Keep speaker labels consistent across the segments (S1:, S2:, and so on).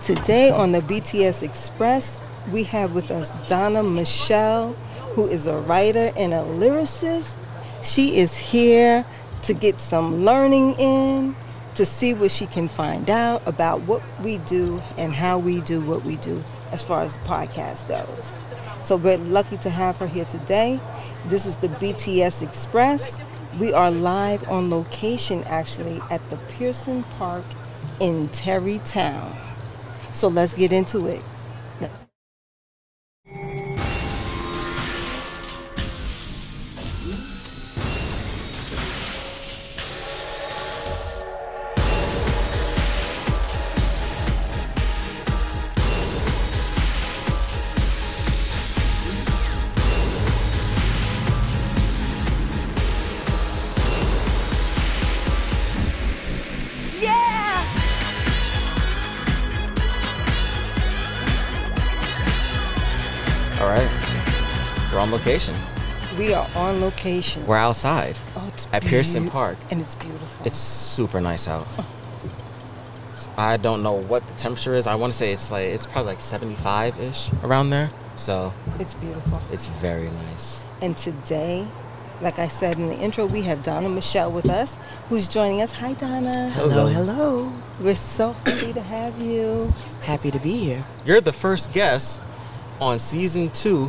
S1: Today on the BTS Express, we have with us Donna Michelle, who is a writer and a lyricist. She is here to get some learning in, to see what she can find out about what we do and how we do what we do as far as the podcast goes. So we're lucky to have her here today. This is the BTS Express. We are live on location actually at the Pearson Park in Terrytown. So let's get into it.
S2: All right. We're on location.
S1: We are on location.
S2: We're outside.
S1: Oh, it's
S2: At Pearson
S1: beaut-
S2: Park.
S1: And it's beautiful.
S2: It's super nice out. I don't know what the temperature is. I want to say it's like it's probably like 75-ish around there. So,
S1: it's beautiful.
S2: it's very nice.
S1: And today, like I said in the intro, we have Donna Michelle with us, who's joining us. Hi, Donna.
S2: Hello.
S3: Hello, hello.
S1: We're so happy to have you.
S3: Happy to be here.
S2: You're the first guest on season 2,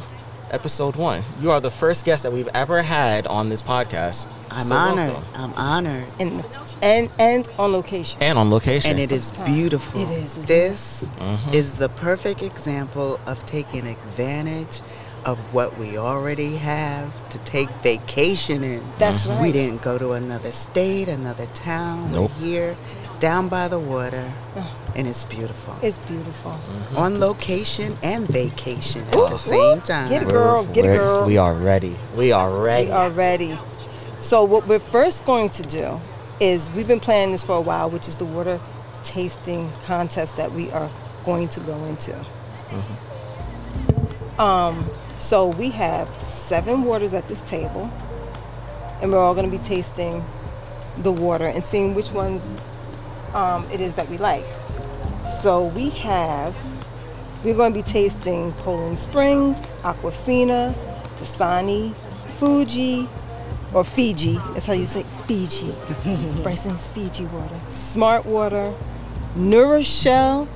S2: episode 1. You are the first guest that we've ever had on this podcast.
S3: I'm
S2: So
S3: honored.
S2: welcome.
S3: I'm honored.
S1: And and and on location.
S2: And on location.
S3: And it is
S1: First time.
S3: beautiful.
S1: It is, isn't
S3: This
S2: Mhm.
S3: is the perfect example of taking advantage of what we already have to take vacation in.
S1: That's right.
S3: We didn't go to another state, another town.
S2: Mm-hmm. Nope.
S3: We're here, down by the water,
S1: Ugh.
S3: and it's beautiful.
S1: It's beautiful.
S2: Mm-hmm.
S3: On location and vacation at
S2: Ooh,
S3: the same time.
S1: Get it,
S2: We're-
S1: girl. Get it,
S2: we're-
S1: girl.
S2: We are ready. We are ready.
S1: We are ready. So what we're first going to do is we've been planning this for a while, which is the water tasting contest that we are going to go into. Um, so we have seven waters at this table, and we're all going to be tasting the water and seeing which ones um, it is that we like. So we have we're going to be tasting Poland Springs, Aquafina, Dasani, Fuji, or Fiji. That's how you say Fiji. Bryson's Fiji water. Smart water, Nourishell,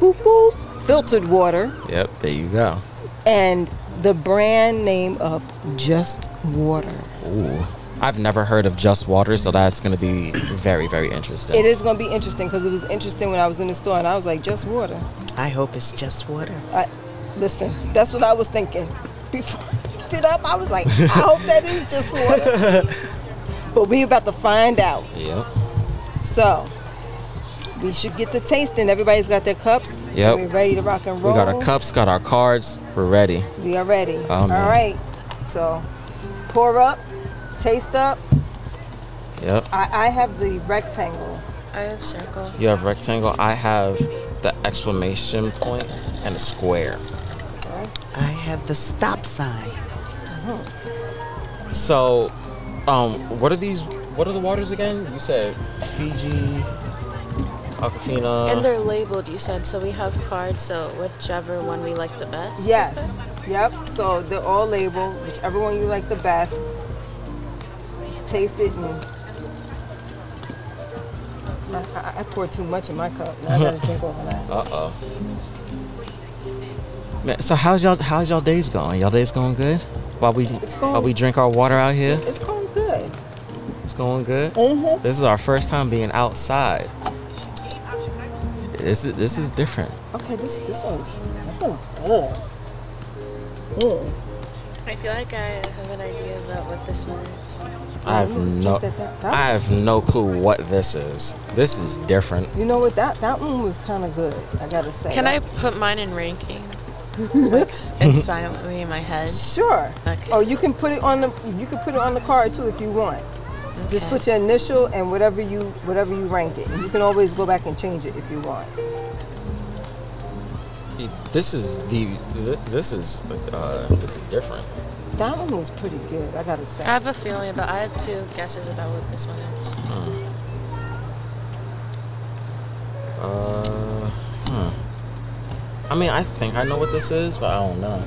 S1: boop boop, filtered water,
S2: Yep, there you go.
S1: and the brand name of Just Water.
S2: Ooh. I've never heard of Just Water, so that's going to be very, very interesting.
S1: It is going to be interesting because it was interesting when I was in the store and I was like, Just Water.
S3: I hope it's just water.
S1: I, listen, that's what I was thinking. Before I picked it up, I was like, I hope that is just water. but we about to find out.
S2: Yep.
S1: So we should get the tasting. Everybody's got their cups.
S2: Yep.
S1: We're ready to rock and
S2: We
S1: roll.
S2: got our cups, got our cards. We're ready.
S1: We are ready. All
S2: man.
S1: right. So pour up, taste up.
S2: Yep.
S1: I, I have the rectangle.
S4: I have circle.
S2: You have rectangle. I have the exclamation point and a square.
S3: I have the stop sign.
S2: So, um, what are these? What are the waters again? You said Fiji,
S3: Uh.
S2: Aquafina.
S4: and they're labeled, you said, so we have cards, so whichever one we like the best.
S1: Yes. Yep. So they're all labeled, whichever one you like the best. Just taste it and. I- I, I poured too much in my cup. Now I gotta drink over that.
S2: uh oh. Man, so how's y'all? How's y'all days going? Y'all days going good? While we
S1: It's going-
S2: while we drink our water out here,
S1: It's going good.
S2: it's going good.
S1: Mm-hmm.
S2: This is our first time being outside. This is this is different.
S1: Okay, this this one's this one's good. Mm.
S4: I feel like I have an idea about what this one is.
S2: I have
S1: Yeah, let's
S2: no,
S1: drink that- that- that
S2: I have no clue what this is. This is different.
S1: You know what? That that one was kind of good. I gotta say.
S4: Can I put mine in rankings? like, s- and silently in my head?
S1: Sure.
S4: Okay.
S1: Or you can put it on the you can put it on the card too if you want. Just
S4: Okay.
S1: put your initial and whatever you whatever you rank it. And you can always go back and change it if you want.
S2: This is the. thi- This is. Uh, this is different.
S1: That one was pretty good. I gotta say.
S4: I have a feeling about, I have two guesses about what this one is.
S2: Uh, hmm. I mean, I think I know what this is, but I don't know.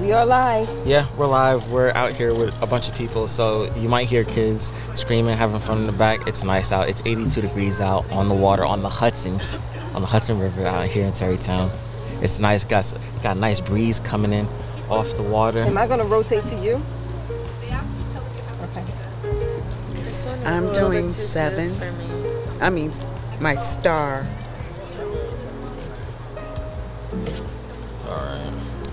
S1: We are live.
S2: Yeah, we're live. We're out here with a bunch of people, so you might hear kids screaming, having fun in the back. It's nice out. It's 82 degrees out on the water on the Hudson, on the Hudson River out here in Terrytown. It's nice. Got s- got a nice breeze coming in off the water.
S1: Am I going to rotate to you? Okay.
S4: This one is
S3: I'm
S4: a little bit
S3: doing
S4: too smooth
S3: seven.
S4: For me.
S3: I mean, my star.
S2: All right,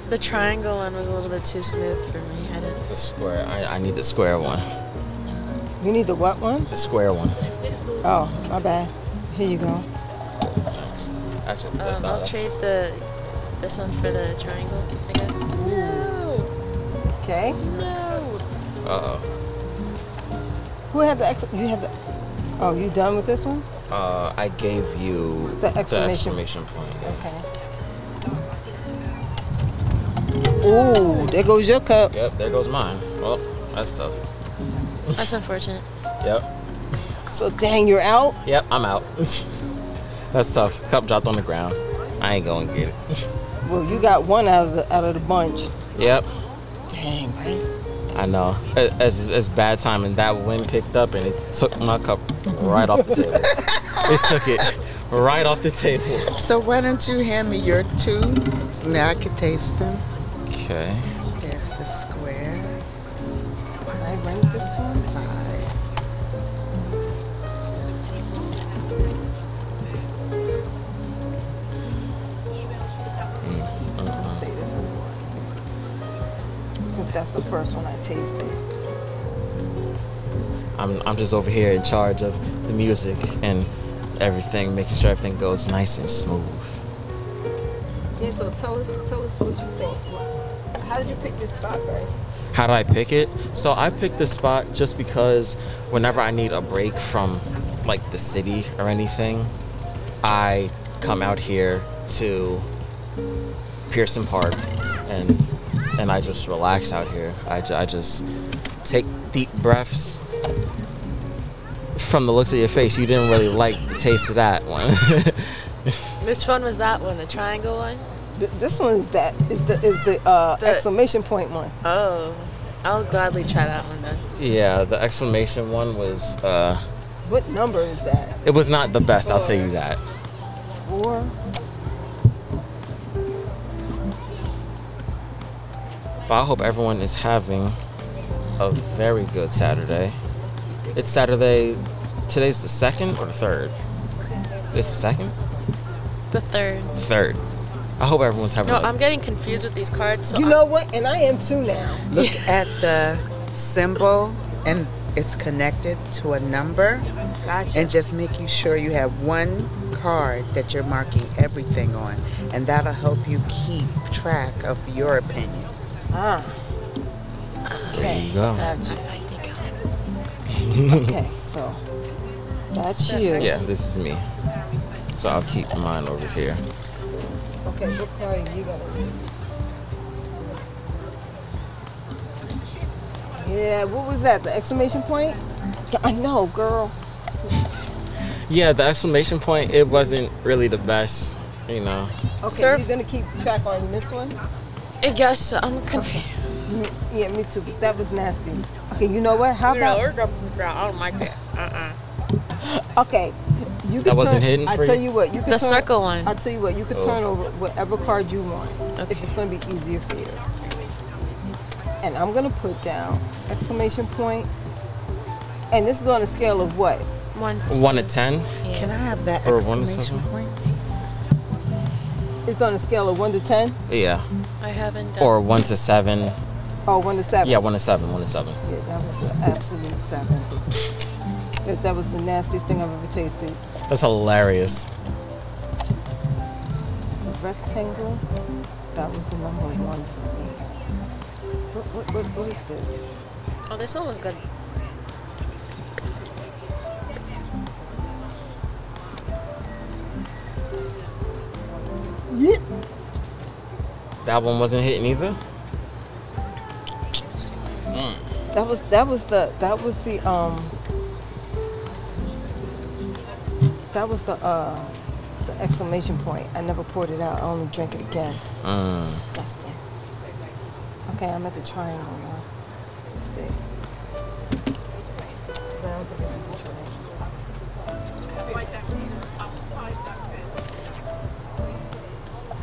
S4: The triangle one was a little bit too smooth for me. I didn't.
S2: the square. I, I need the square one.
S1: You need the what one?
S2: The square one.
S1: Oh, my bad. Here you go.
S2: Actually,
S1: Uh,
S2: no,
S4: Um, I'll
S2: that's-
S4: trade the this one for the triangle, I guess. No,
S1: Okay.
S4: no.
S2: Uh-oh.
S1: Who had the ex- you had the Oh, you done with this one?
S2: Uh, I gave you
S1: The exclamation-
S2: exclamation point. yeah.
S1: Okay. Ooh, there goes your cup.
S2: Yep, there goes mine. Well, that's tough.
S4: That's unfortunate.
S2: Yep.
S1: So dang, you're out.
S2: Yep, I'm out. That's tough. Cup dropped on the ground. I ain't going to get it.
S1: Well, you got one out of the out of the bunch.
S2: Yep,
S1: Dang, Grace.
S2: I know. It- It's, just- it's bad timing. That wind picked up and it took my cup right off the table. it took it right off the table.
S3: So why don't you hand me your two? So now I can taste them.
S2: Okay.
S3: There's the square.
S1: Can I rank this one?
S3: Five.
S1: I'll say this is one. Since that's the first one I tasted.
S2: I'm, I'm just over here in charge of the music and everything, making sure everything goes nice and smooth.
S1: Yeah, so tell us tell us what you think. What, how did you pick this spot, Grace?
S2: How did I pick it? So I picked this spot just because whenever I need a break from like the city or anything, I come out here to Pearson Park and and I just relax out here. I, ju- I just take deep breaths. From the looks of your face, you didn't really like the taste of that one.
S4: Which one was that one? The triangle one?
S1: Th- this one is that is the is the, uh,
S4: The-
S1: exclamation point one.
S4: Oh, I'll gladly try that one then.
S2: yeah, the exclamation one was uh
S1: What number is that?
S2: it was not the best, I'll tell you that.
S1: Four.
S2: But I hope everyone is having a very good Saturday. It's Saturday. Today's the second or the third? It's the second?
S4: The third.
S2: The third. I hope everyone's having
S4: No,
S2: a
S4: I'm getting confused with these cards. So
S1: You
S4: I'm-
S1: know what? And I am too now.
S3: Look at the symbol, and it's connected to a number.
S1: Gotcha.
S3: and just making sure you have one card that you're marking everything on and that'll help you keep track of your opinion
S1: ah.
S2: There
S1: Okay.
S2: you go.
S4: I
S1: Gotcha.
S4: think
S1: Okay. So that's you.
S2: Yeah, this is me. So I'll keep mine over here.
S1: Okay. What card are you gonna use? Yeah. What was that? The exclamation point? Yeah, I know, girl.
S2: Yeah, the exclamation point, it wasn't really the best, you know.
S1: Okay.
S4: Sir.
S1: You're gonna keep track on this one.
S4: I guess so. I'm confused.
S1: Mm, Yeah, me too. but That was nasty. Okay, you know what? How about
S4: I don't like it. Uh-uh.
S1: okay? You can
S2: That wasn't
S1: turn,
S2: hidden
S1: I
S2: for
S1: tell
S2: you?
S1: you what, you can
S4: The
S1: turn,
S4: circle one.
S1: I tell you what, you can
S2: Oh.
S1: turn over whatever card you want.
S4: Okay.
S1: It's gonna be easier for you. And I'm gonna put down exclamation point. And this is on a scale of what?
S4: One.
S2: One to ten?
S4: Yeah.
S3: can i have that
S2: Or one
S3: exclamation
S2: something?
S3: point
S1: It's on a scale of one to ten
S2: Yeah.
S4: I haven't done.
S2: Or one to seven.
S1: or Oh, one to seven.
S2: Yeah, one to seven, one to seven.
S1: Yeah, that was the absolute seven. That, that was the nastiest thing I've ever tasted.
S2: That's hilarious.
S1: rectangle. That was the number one for me. What, what, what, what is this?
S4: Oh, this one was good.
S2: That one wasn't hitting either?
S1: That was that was the that was the um that was the uh, the exclamation point. I never poured it out. I only drank it again.
S2: Mm.
S1: Disgusting. Okay, I'm at the triangle now. Let's see. 'Cause I don't think I can try it.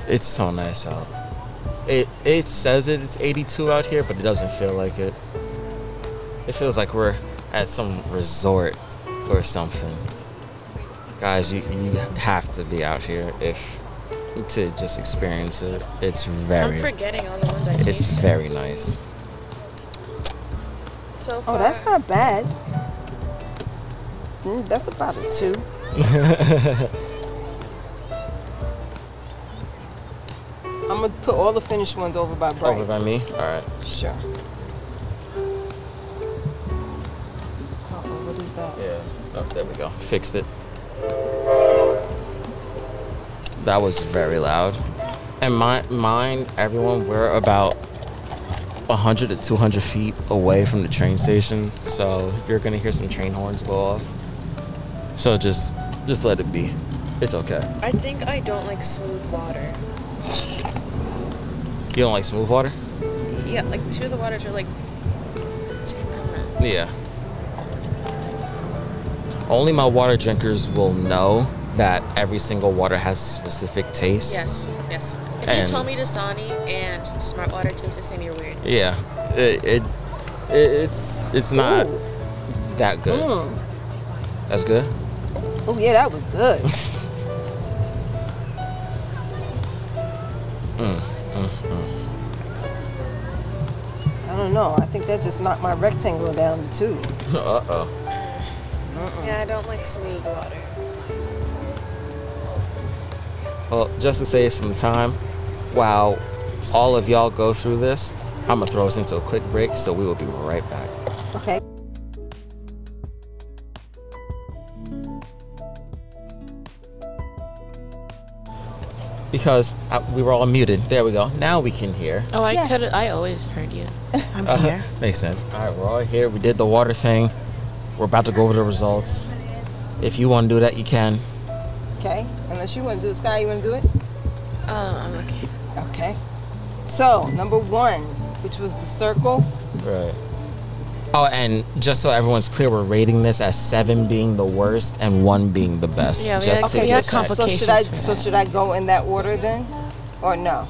S2: It's so nice out. It it says it, it's 82 out here, but it doesn't feel like it. It feels like we're at some resort or something. Guys, you, you have to be out here if to just experience it. It's
S4: I'm
S2: very
S4: forgetting all the ones I tasted.
S2: it's very nice.
S4: so far.
S1: Oh, that's not bad. Mm, that's about a two. I'm gonna put all the finished ones over by Bryce.
S2: Over by me. All right.
S1: Sure. Uh-oh, what is that?
S2: Yeah. Oh, there we go. Fixed it. That was very loud. And my, mine, everyone, we're about 100 to 200 feet away from the train station. So you're going to hear some train horns go off. So just just let it be. It's okay.
S4: I think I don't like smooth water.
S2: You don't like smooth water?
S4: Yeah, like two of the waters are like.
S2: Yeah. Only my water drinkers will know that every single water has specific taste.
S4: Yes, yes. If you
S2: And-
S4: told me Dasani and smart water taste the same, you're weird.
S2: Yeah, it, it, it it's it's not
S1: Ooh.
S2: that good.
S1: Mm.
S2: That's good.
S1: Oh yeah, that was good. Mm, I don't know. I think that just knocked my rectangle down to two.
S2: Uh oh.
S1: Oh.
S4: Yeah, I don't like smooth water.
S2: Well, just to save some time, while all of y'all go through this, I'm gonna throw us into a quick break, so we will be right back.
S1: Okay.
S2: Because I, we were all muted. There we go. Now we can hear.
S4: Oh, I
S1: Yes.
S4: could. I always heard you.
S3: I'm
S2: Uh,
S3: here.
S2: makes sense. All right, we're all here. We did the water thing. We're about to go over the results. If you want to do that, you can.
S1: Okay. Unless you want to do it, Sky, you want to do it?
S4: Oh, I'm okay.
S1: Okay. So number one, which was the circle.
S2: Right. Oh, and just so everyone's clear, we're rating this as seven being the worst and one being the best.
S4: Yeah, we
S2: just
S4: had-
S2: to
S4: we
S2: get
S4: had
S2: that.
S4: complica-
S1: So should I?
S4: Applications for
S1: So
S4: that.
S1: should I go in that order then, or no?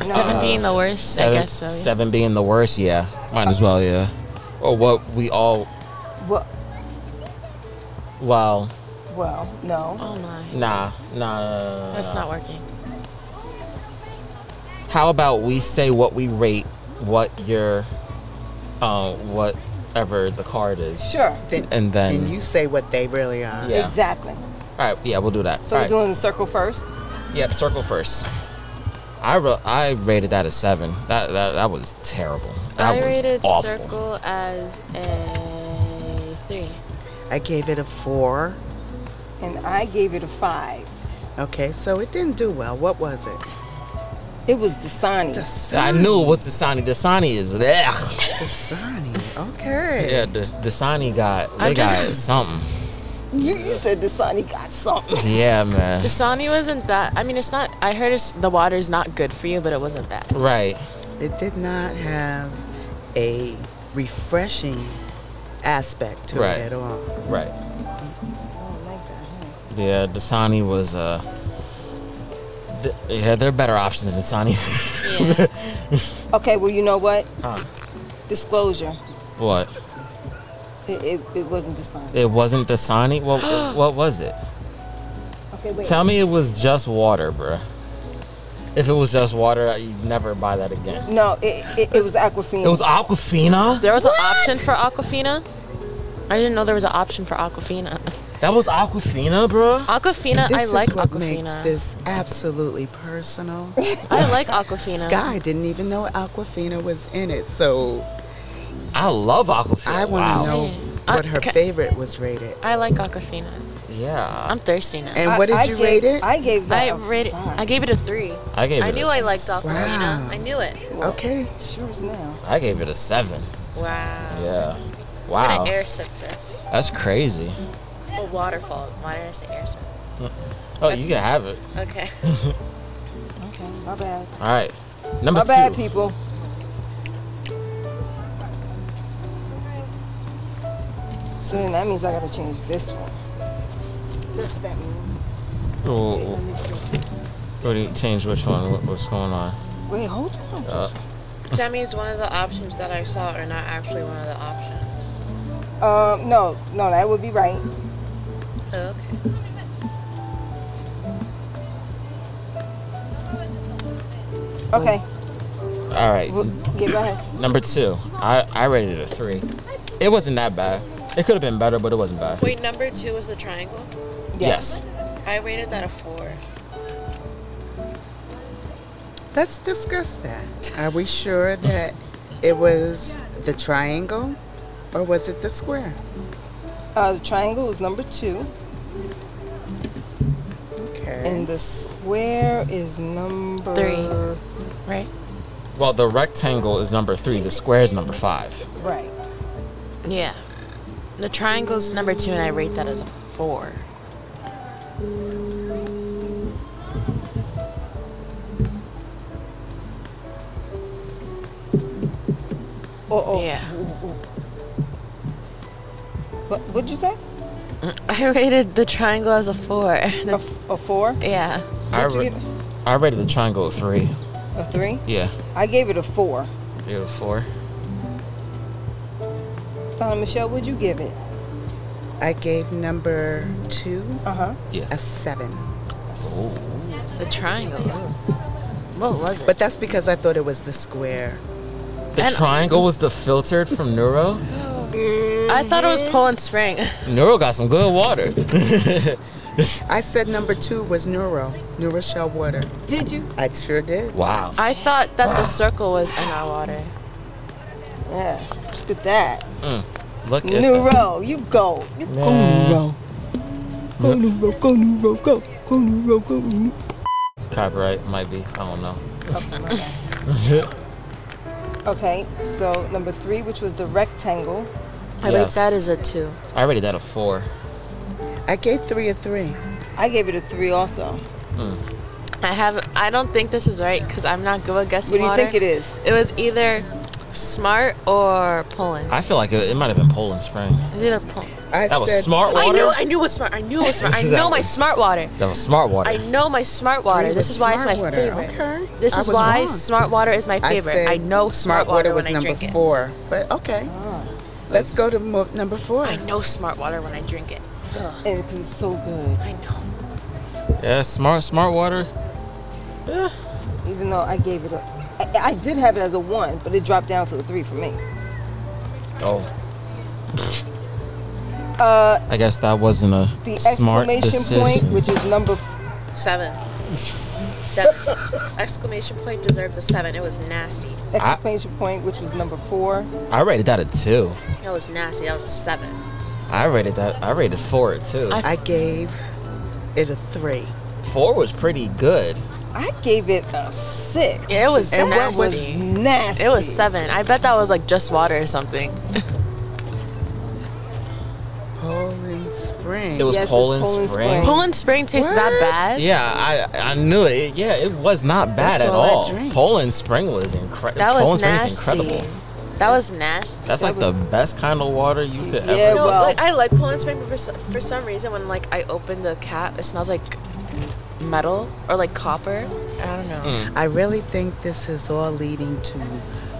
S3: Uh,
S4: Seven being the worst,
S2: Seven,
S4: I guess so. yeah.
S2: seven being the worst, yeah. Might as well, yeah. Or what we all,
S1: Well,
S2: well,
S1: well, no.
S4: Oh my,
S2: nah, nah, nah, nah, nah.
S4: that's not working.
S2: How about we say what we rate, what your, uh, whatever the card is,
S1: Sure.
S3: Then,
S2: and then.
S3: then you say what they really are.
S2: Yeah.
S1: Exactly.
S2: all right, yeah, we'll do that.
S1: So
S2: All
S1: we're
S2: right.
S1: doing the circle first.
S2: Yep, circle first. I ra- I rated that a seven. That that, that was terrible. That
S4: I
S2: was
S4: rated
S2: awful.
S4: circle as a three.
S3: I gave it a four.
S1: and I gave it a five.
S3: Okay, so it didn't do well. What was it?
S1: It was Dasani.
S2: I
S3: Dasani.
S2: knew it was Dasani. Dasani is ugh.
S3: Dasani. Okay.
S2: Yeah, Des- Dasani got they
S4: I'm
S2: got
S4: just-
S2: something.
S1: you, you said Dasani got something.
S2: Yeah,
S3: Mm.
S2: man.
S4: Dasani wasn't that. I mean, it's not. I heard it's, the water's not good for you, but it wasn't bad.
S2: Right.
S3: It did not have a refreshing aspect to
S2: Right.
S3: it at all.
S2: Right.
S1: I don't like that. huh?
S2: Yeah, Dasani was uh. th- yeah, there are better options than Dasani.
S4: Yeah.
S1: Okay, well, you know what?
S2: Huh.
S1: Disclosure.
S2: what?
S1: It, it, it wasn't Dasani.
S2: It wasn't Dasani. What? what was it?
S1: Okay, wait.
S2: Tell me it was just water, bruh. If it was just water, you'd never buy that again.
S1: No, it, it, it was Aquafina.
S2: It was Aquafina.
S4: there was an option for Aquafina. I didn't know there was an option for Aquafina.
S2: That was Aquafina, bro.
S4: Aquafina,
S3: This
S4: I like
S3: is what makes
S4: Aquafina.
S3: this absolutely personal.
S4: I like Aquafina.
S3: Sky didn't even know Aquafina was in it, so
S2: I love Aquafina.
S3: I want to
S2: Wow.
S3: know
S4: Same. I-
S3: what her
S4: ca-
S3: favorite was rated.
S4: I like Aquafina.
S2: Yeah.
S4: I'm thirsty now.
S3: And what did
S1: I
S3: you
S1: gave-
S3: rate it?
S1: I gave that
S4: I
S1: a
S4: rated.
S1: five.
S4: I gave it a three.
S2: I gave it.
S4: I
S2: a
S4: knew I liked
S2: s-
S4: Aquafina.
S3: Wow.
S4: I knew it.
S3: okay.
S1: Sure is now.
S2: I gave it a seven.
S4: Wow.
S2: Yeah.
S4: I'm gonna
S2: Wow.
S4: air sip this.
S2: That's crazy.
S4: Well, waterfall. Why did I say air sign?
S2: Oh,
S4: That's-
S2: you can have it.
S4: Okay.
S1: Okay, my bad.
S2: All right. Number
S1: My bad,
S2: two.
S1: people. So then that means I gotta change this one. That's what that means. Wait, let
S2: We'll,
S1: me see.
S2: we'll- we'll change which one. What, what's going on?
S1: Wait, hold on.
S2: Uh,
S4: that means one of the options that I saw are not actually one of the options.
S1: Um, no, no, that would be right.
S4: Okay.
S1: Okay,
S2: All right.
S1: well, yeah, go ahead.
S2: Number two. I, I rated it a three. It wasn't that bad. It could have been better, but it wasn't bad.
S4: Wait, number two was the triangle.
S2: Yes.
S4: I rated that a four.
S3: Let's discuss that. Are we sure that it was the triangle or was it the square?
S1: Uh, the triangle is number two,
S3: Okay.
S1: and the square is number
S4: Three. Right?
S2: Well, the rectangle is number three. The square is number five.
S1: Right.
S4: Yeah. The triangle's number two, and I rate that as a four.
S1: Oh, oh.
S4: Yeah.
S1: What, what'd you say?
S4: I rated the triangle as a four.
S1: A, f- a four?
S4: yeah.
S2: I,
S1: What'd you
S2: ra-
S1: give
S2: I rated the triangle a three.
S1: A three?
S2: Yeah.
S1: I gave it a four.
S2: You a four.
S1: Donna Michelle, would you give it?
S3: I gave number two
S1: Uh huh.
S2: Yeah.
S3: a seven.
S4: The triangle. What was it?
S3: But that's because I thought it was the square.
S2: The
S4: And-
S2: triangle was the filtered from Neuro.
S4: I thought it was Poland Spring.
S2: Neuro got some good water.
S3: I said number two was Neuro, Neuro Shell Water.
S1: Did you?
S3: I sure did.
S2: wow.
S4: I thought that the circle was in our water.
S1: Yeah. Look at that.
S2: Look at that.
S1: Neuro, you go. You go,
S2: Man.
S1: Neuro. Go, Neuro, go, Neuro, go. Go, Neuro, go, Neuro.
S2: Copyright might be. I don't know.
S1: Okay, my bad. Okay, so number three, which was the rectangle.
S4: I
S2: Yes.
S4: rate that as a two.
S2: I rated that a four.
S3: I gave three a three.
S1: I gave it a three also.
S4: I have. I don't think this is right because I'm not good at
S1: What
S4: guessing
S1: do you
S4: water.
S1: think it is?
S4: It was either smart or Poland.
S2: I feel like it, it might have been Poland Spring.
S4: It was either Poland.
S3: I
S2: That
S3: said
S2: was smart
S4: I
S2: water.
S4: knew. I knew it was smart. I knew it was smart. I
S2: That
S4: know my
S2: was-
S4: smart water.
S2: That was smart water.
S4: I know my smart water.
S3: Three
S4: This
S3: was
S4: is why it's
S3: smart
S4: my
S3: water.
S4: favorite.
S3: Okay.
S4: This
S3: I
S4: is
S3: was
S4: why
S3: wrong.
S4: smart water is my favorite. I,
S3: said
S4: know smart, water,
S3: was
S4: when I
S3: number
S4: drink it. Oh.
S3: four, but okay. Let's go to mo- number four.
S4: I know smart water when I drink it. Ugh,
S1: And it tastes so good.
S4: I know.
S2: yeah, smart smart water.
S1: Even though I gave it a, I, I did have it as a one, but it dropped down to a three for me.
S2: Oh,
S1: Uh,
S2: I guess that wasn't a
S1: the
S2: smart
S1: exclamation
S2: decision.
S1: point, which is number
S4: Seven. Seven. Exclamation point deserves a seven. It was nasty.
S1: exclamation point, which was number four.
S2: I rated that a two.
S4: That was nasty. That was a seven.
S2: I rated that. I rated four a two.
S4: I-
S3: I gave it a three.
S2: four was pretty good.
S1: I gave it a six.
S4: It was
S3: And what
S4: nasty.
S1: That was nasty.
S4: it was seven. I bet that was like just water or something.
S3: Poland Spring.
S2: It was
S1: Yes, it's
S2: Poland,
S1: Poland
S2: Spring.
S1: Spring.
S4: Poland Spring tastes that
S3: What?
S4: bad.
S2: Yeah, I I knew it. Yeah, it was not bad
S3: That's
S2: at
S3: all I
S2: all.
S3: drink.
S2: Poland Spring was incredible.
S4: That
S2: Poland
S4: was
S2: Spring
S4: nasty.
S2: is incredible.
S4: That was nasty.
S2: That's like
S1: was-
S2: the best kind of water you could
S1: Yeah,
S2: ever.
S4: No,
S1: well-
S4: like, I like Poland Spring, but for, so- for some reason, when like I open the cap, it smells like metal or like copper. I don't know.
S2: Hmm.
S3: I really think this is all leading to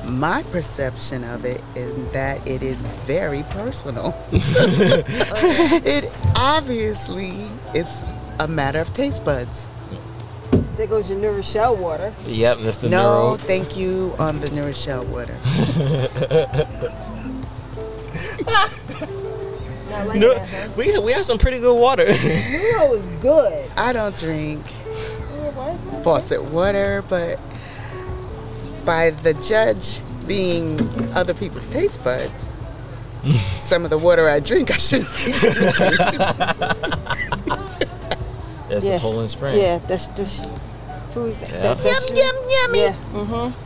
S3: my perception of it in that it is very personal. it obviously is a matter of taste buds.
S1: There goes your New Rochelle water.
S2: Yep, that's the
S3: no,
S2: neuro.
S3: thank you on the Nourishell water.
S1: Not like
S2: No,
S1: that, huh?
S2: we we have some pretty good water.
S1: Neuro is good.
S3: I don't drink
S1: Yeah, why is my-
S3: faucet water, but by the judge being other people's taste buds, some of the water I drink, I shouldn't be
S2: that's
S1: Yeah.
S2: the Poland Spring.
S1: Yeah, that's that's. Who is that?
S2: Yeah.
S1: that that's
S3: Yum, yum, yummy.
S1: Yeah. Mm-hmm.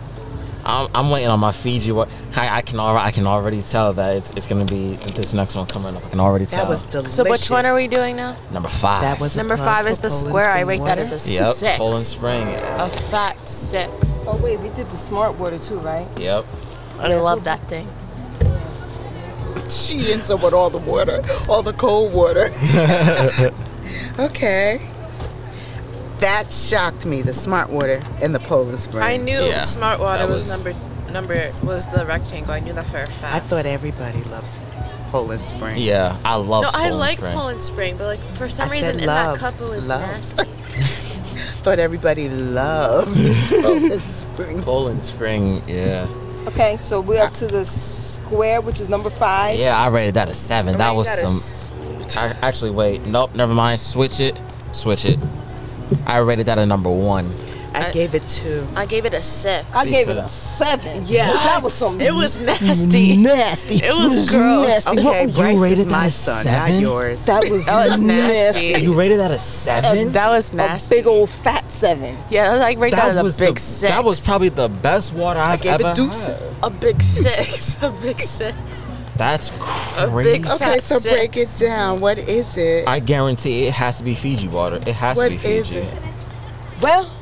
S2: I'm, I'm waiting on my Fiji. What I, I can already I can already tell that it's, it's gonna be this next one coming up. I can already
S3: That
S2: tell.
S3: was delicious.
S4: So which one are we doing now?
S2: number five.
S3: That was a
S4: Number
S3: plug
S4: five
S3: for
S4: is the
S3: Poland
S4: square. I
S3: Spring
S4: rate that
S3: water.
S4: as a
S2: yep.
S4: six.
S2: Poland Spring.
S4: A fat six.
S1: Oh wait, we did the smart water too, right?
S2: Yep.
S4: I love that thing.
S3: She ends up with all the water, all the cold water. okay. That shocked me, the smart water and the Poland Spring.
S4: I knew
S2: Yeah,
S4: smart water
S2: that
S4: was,
S2: was-
S4: number number was the rectangle. I knew that for a fact.
S3: I thought everybody loves Poland Spring.
S2: Yeah. I love.
S4: no, I
S2: Poland
S4: like
S2: Spring.
S4: Poland Spring, but like for
S3: I
S4: some
S3: said
S4: reason in
S3: love,
S4: that cup it was
S3: love.
S4: nasty.
S3: Thought everybody loved Poland Spring.
S2: Poland Spring. Yeah.
S1: Okay, so we're up to the square, which is number five.
S2: Yeah. I rated that a seven.
S4: I
S2: That
S4: mean,
S2: was
S4: that
S2: some.
S4: is-
S2: I, actually, wait. Nope. Never mind. Switch it. Switch it. I rated that a number one.
S3: I,
S4: I-
S3: gave it two.
S4: I gave it a six.
S1: I
S2: See,
S1: gave
S2: for
S1: it
S2: the-
S1: a seven.
S4: Yeah.
S1: that was some.
S4: it was nasty.
S1: nasty.
S4: It was gross.
S1: Nasty.
S3: Okay,
S1: What-
S3: Bryce
S2: rated
S3: is my
S2: that a
S3: son,
S2: seven?
S3: not yours.
S1: That was,
S4: That was nasty.
S2: You rated that a seven.
S4: That was
S1: A
S4: nasty.
S1: big old fat seven.
S4: yeah, I like rate that, at a
S2: was
S4: big
S2: the,
S4: six.
S2: That was probably the best water I've
S3: gave it
S2: ever
S3: deuces.
S2: had.
S4: a big six. A big six.
S2: That's
S4: big
S2: crazy.
S4: cup.
S3: Okay,
S4: That's
S3: so break it
S4: six.
S3: down. What is it?
S2: I guarantee it has to be Fiji water. It has to
S3: What
S2: be
S3: is
S2: Fiji.
S3: it?
S1: Well,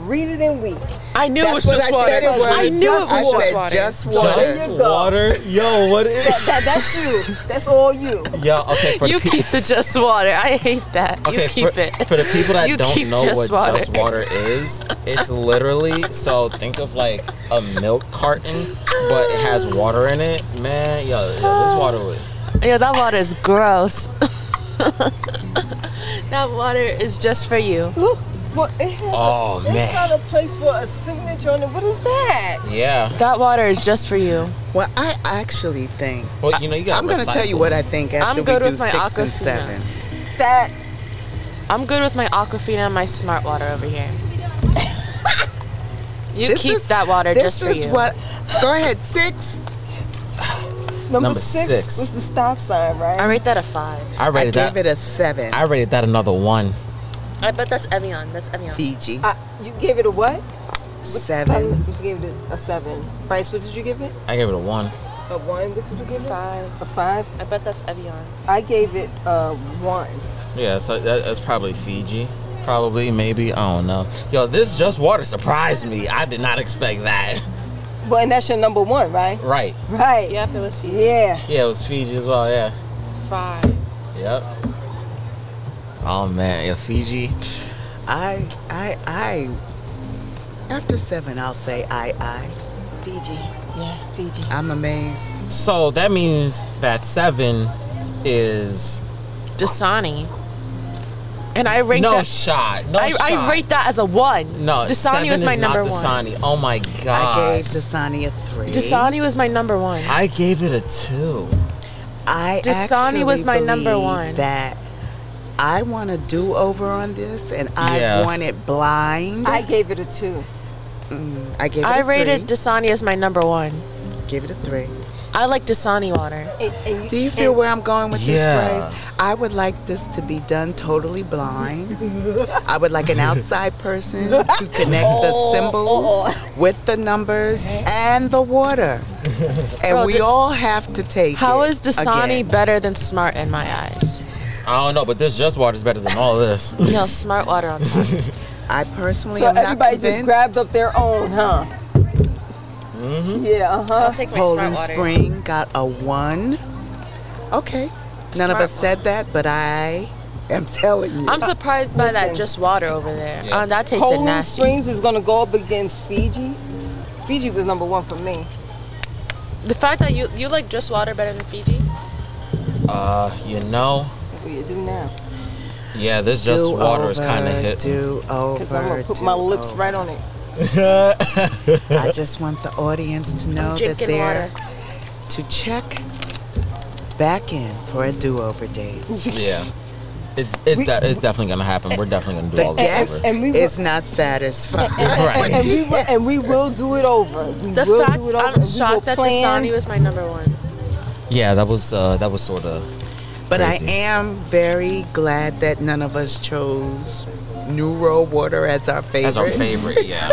S1: read it in week.
S4: I knew
S3: That's
S4: it was
S3: what
S4: just
S3: I
S4: water.
S3: said it was.
S4: I knew it was
S3: I
S4: just
S3: said
S4: water.
S3: just
S2: Just
S3: water.
S1: you go.
S2: water? Yo, what is
S1: That, that's you. That's all you.
S2: Yo, okay, for the
S4: you
S2: people.
S4: keep the just water. I hate that.
S2: Okay,
S4: you keep
S2: for,
S4: it.
S2: for the people that
S4: You
S2: don't
S4: keep
S2: know
S4: just
S2: what
S4: water.
S2: just water is, it's literally so think of like a milk carton, but it has water in it. Man, yo, yo this water was
S4: Yeah, that water is gross. that water is just for you.
S1: Look, well, it has
S2: Oh,
S1: a,
S2: man.
S1: It's got a place for a signature on it. What is that?
S2: yeah.
S4: That water is just for you.
S3: Well, I actually think
S2: Well, you know, you got.
S3: I'm gonna tell you what I think after
S4: good
S3: we do
S4: with my
S3: six and
S4: Aquafina.
S3: seven.
S1: That
S4: I'm good with my Aquafina and my smart water over here. You
S3: This
S4: keep
S3: is-
S4: that water
S3: This
S4: just for
S3: is
S4: you.
S3: what. Go ahead, six.
S1: number,
S2: Number
S1: six,
S2: six.
S1: was the stop sign, right?
S4: I rate that a five.
S2: I
S3: I
S2: rated
S3: gave
S2: that.
S3: it a seven.
S2: I rated that another one.
S4: I bet that's Evian. That's Evian.
S3: Fiji
S1: Uh, you gave it a what?
S3: seven.
S1: I, you gave it a, a seven. Bryce, what did you give it?
S2: I gave it a one.
S1: A one? What did you give it?
S4: Five.
S1: A five?
S4: I bet that's Evian.
S1: I gave it a one.
S2: Yeah, so that, that's probably Fiji. Probably, maybe, I don't know. Yo, this just water surprised me. I did not expect that.
S1: Well, and that's your number one, right?
S2: Right.
S1: Right.
S4: Yep, it was for you.
S1: Yeah.
S2: Yeah, it was Fiji as well, yeah.
S4: Five.
S2: Yep. Oh man, yeah, Fiji.
S3: I I I. After seven, I'll say I I.
S1: Fiji. Yeah, Fiji.
S3: I'm amazed.
S2: So that means that seven is
S4: Dasani. And I rate
S2: no
S4: that.
S2: shot. No
S4: I,
S2: shot.
S4: I rate that as a one.
S2: no.
S4: Dasani
S2: seven
S4: was my
S2: is
S4: number
S2: not
S4: one.
S2: Dasani. Oh my god.
S3: I gave Dasani a three.
S4: Dasani was my number one.
S2: I gave it a two.
S3: I
S4: Dasani was
S3: actually
S4: my number
S3: believe
S4: one.
S3: That I want a do over on this, and I
S2: Yeah.
S3: want it blind.
S1: I
S3: I,
S1: gave it a two.
S3: I gave it.
S4: I
S3: a
S4: rated
S3: Three.
S4: Dasani as my number one.
S3: Give it a three.
S4: I like Dasani water.
S1: And, and
S3: Do you feel where I'm going with
S2: Yeah.
S3: this, Grace? I would like this to be done totally blind. I would like an outside person to connect
S1: Oh,
S3: the symbols with the numbers and the water. And
S4: Bro,
S3: we
S4: the-
S3: all have to take
S4: How
S3: it
S4: is Dasani
S3: again.
S4: better than Smart in my eyes?
S2: I don't know, but this just water is better than all this.
S4: No, Smart water on top.
S3: I personally
S1: So
S3: am not
S1: everybody just
S3: convinced.
S1: grabbed up their own, huh?
S3: Mm-hmm.
S1: Yeah, uh huh.
S4: take
S3: Poland Spring got a one. Okay. None of
S4: Smart
S3: us said that, but I am telling you.
S4: I'm surprised by that
S1: Listen.
S4: just water over there.
S2: Yeah.
S4: Uh, that tasted
S1: Poland
S4: nasty.
S1: Springs is gonna go up against Fiji. Fiji was number one for me.
S4: The fact that you you like just water better than Fiji?
S2: Uh, you know,
S1: What do you do now?
S2: yeah, this just
S3: do
S2: water is
S3: over,
S2: kind of hit.
S3: Do over.
S1: Because I'm gonna put
S3: do
S1: my lips
S3: over.
S1: right on it.
S3: I just want the audience to know that
S4: Drinking
S3: they're
S4: water.
S3: to check back in for a do-over date.
S2: Yeah. It's it's
S1: We-
S2: that it's definitely gonna happen. We're definitely gonna do
S3: The
S2: all this
S3: guest
S2: over.
S1: And we were-
S3: is not satisfied.
S1: And, and
S2: Right.
S1: we will, and we will do it over. We
S4: The
S1: will
S4: fact
S1: do it over.
S4: I'm
S1: and we will
S4: shocked that
S1: plan.
S4: Dasani was my number one.
S2: Yeah, that was uh that was sort of
S3: But I
S2: Crazy.
S3: am very glad that none of us chose New World Water as our favorite.
S2: as our favorite, yeah.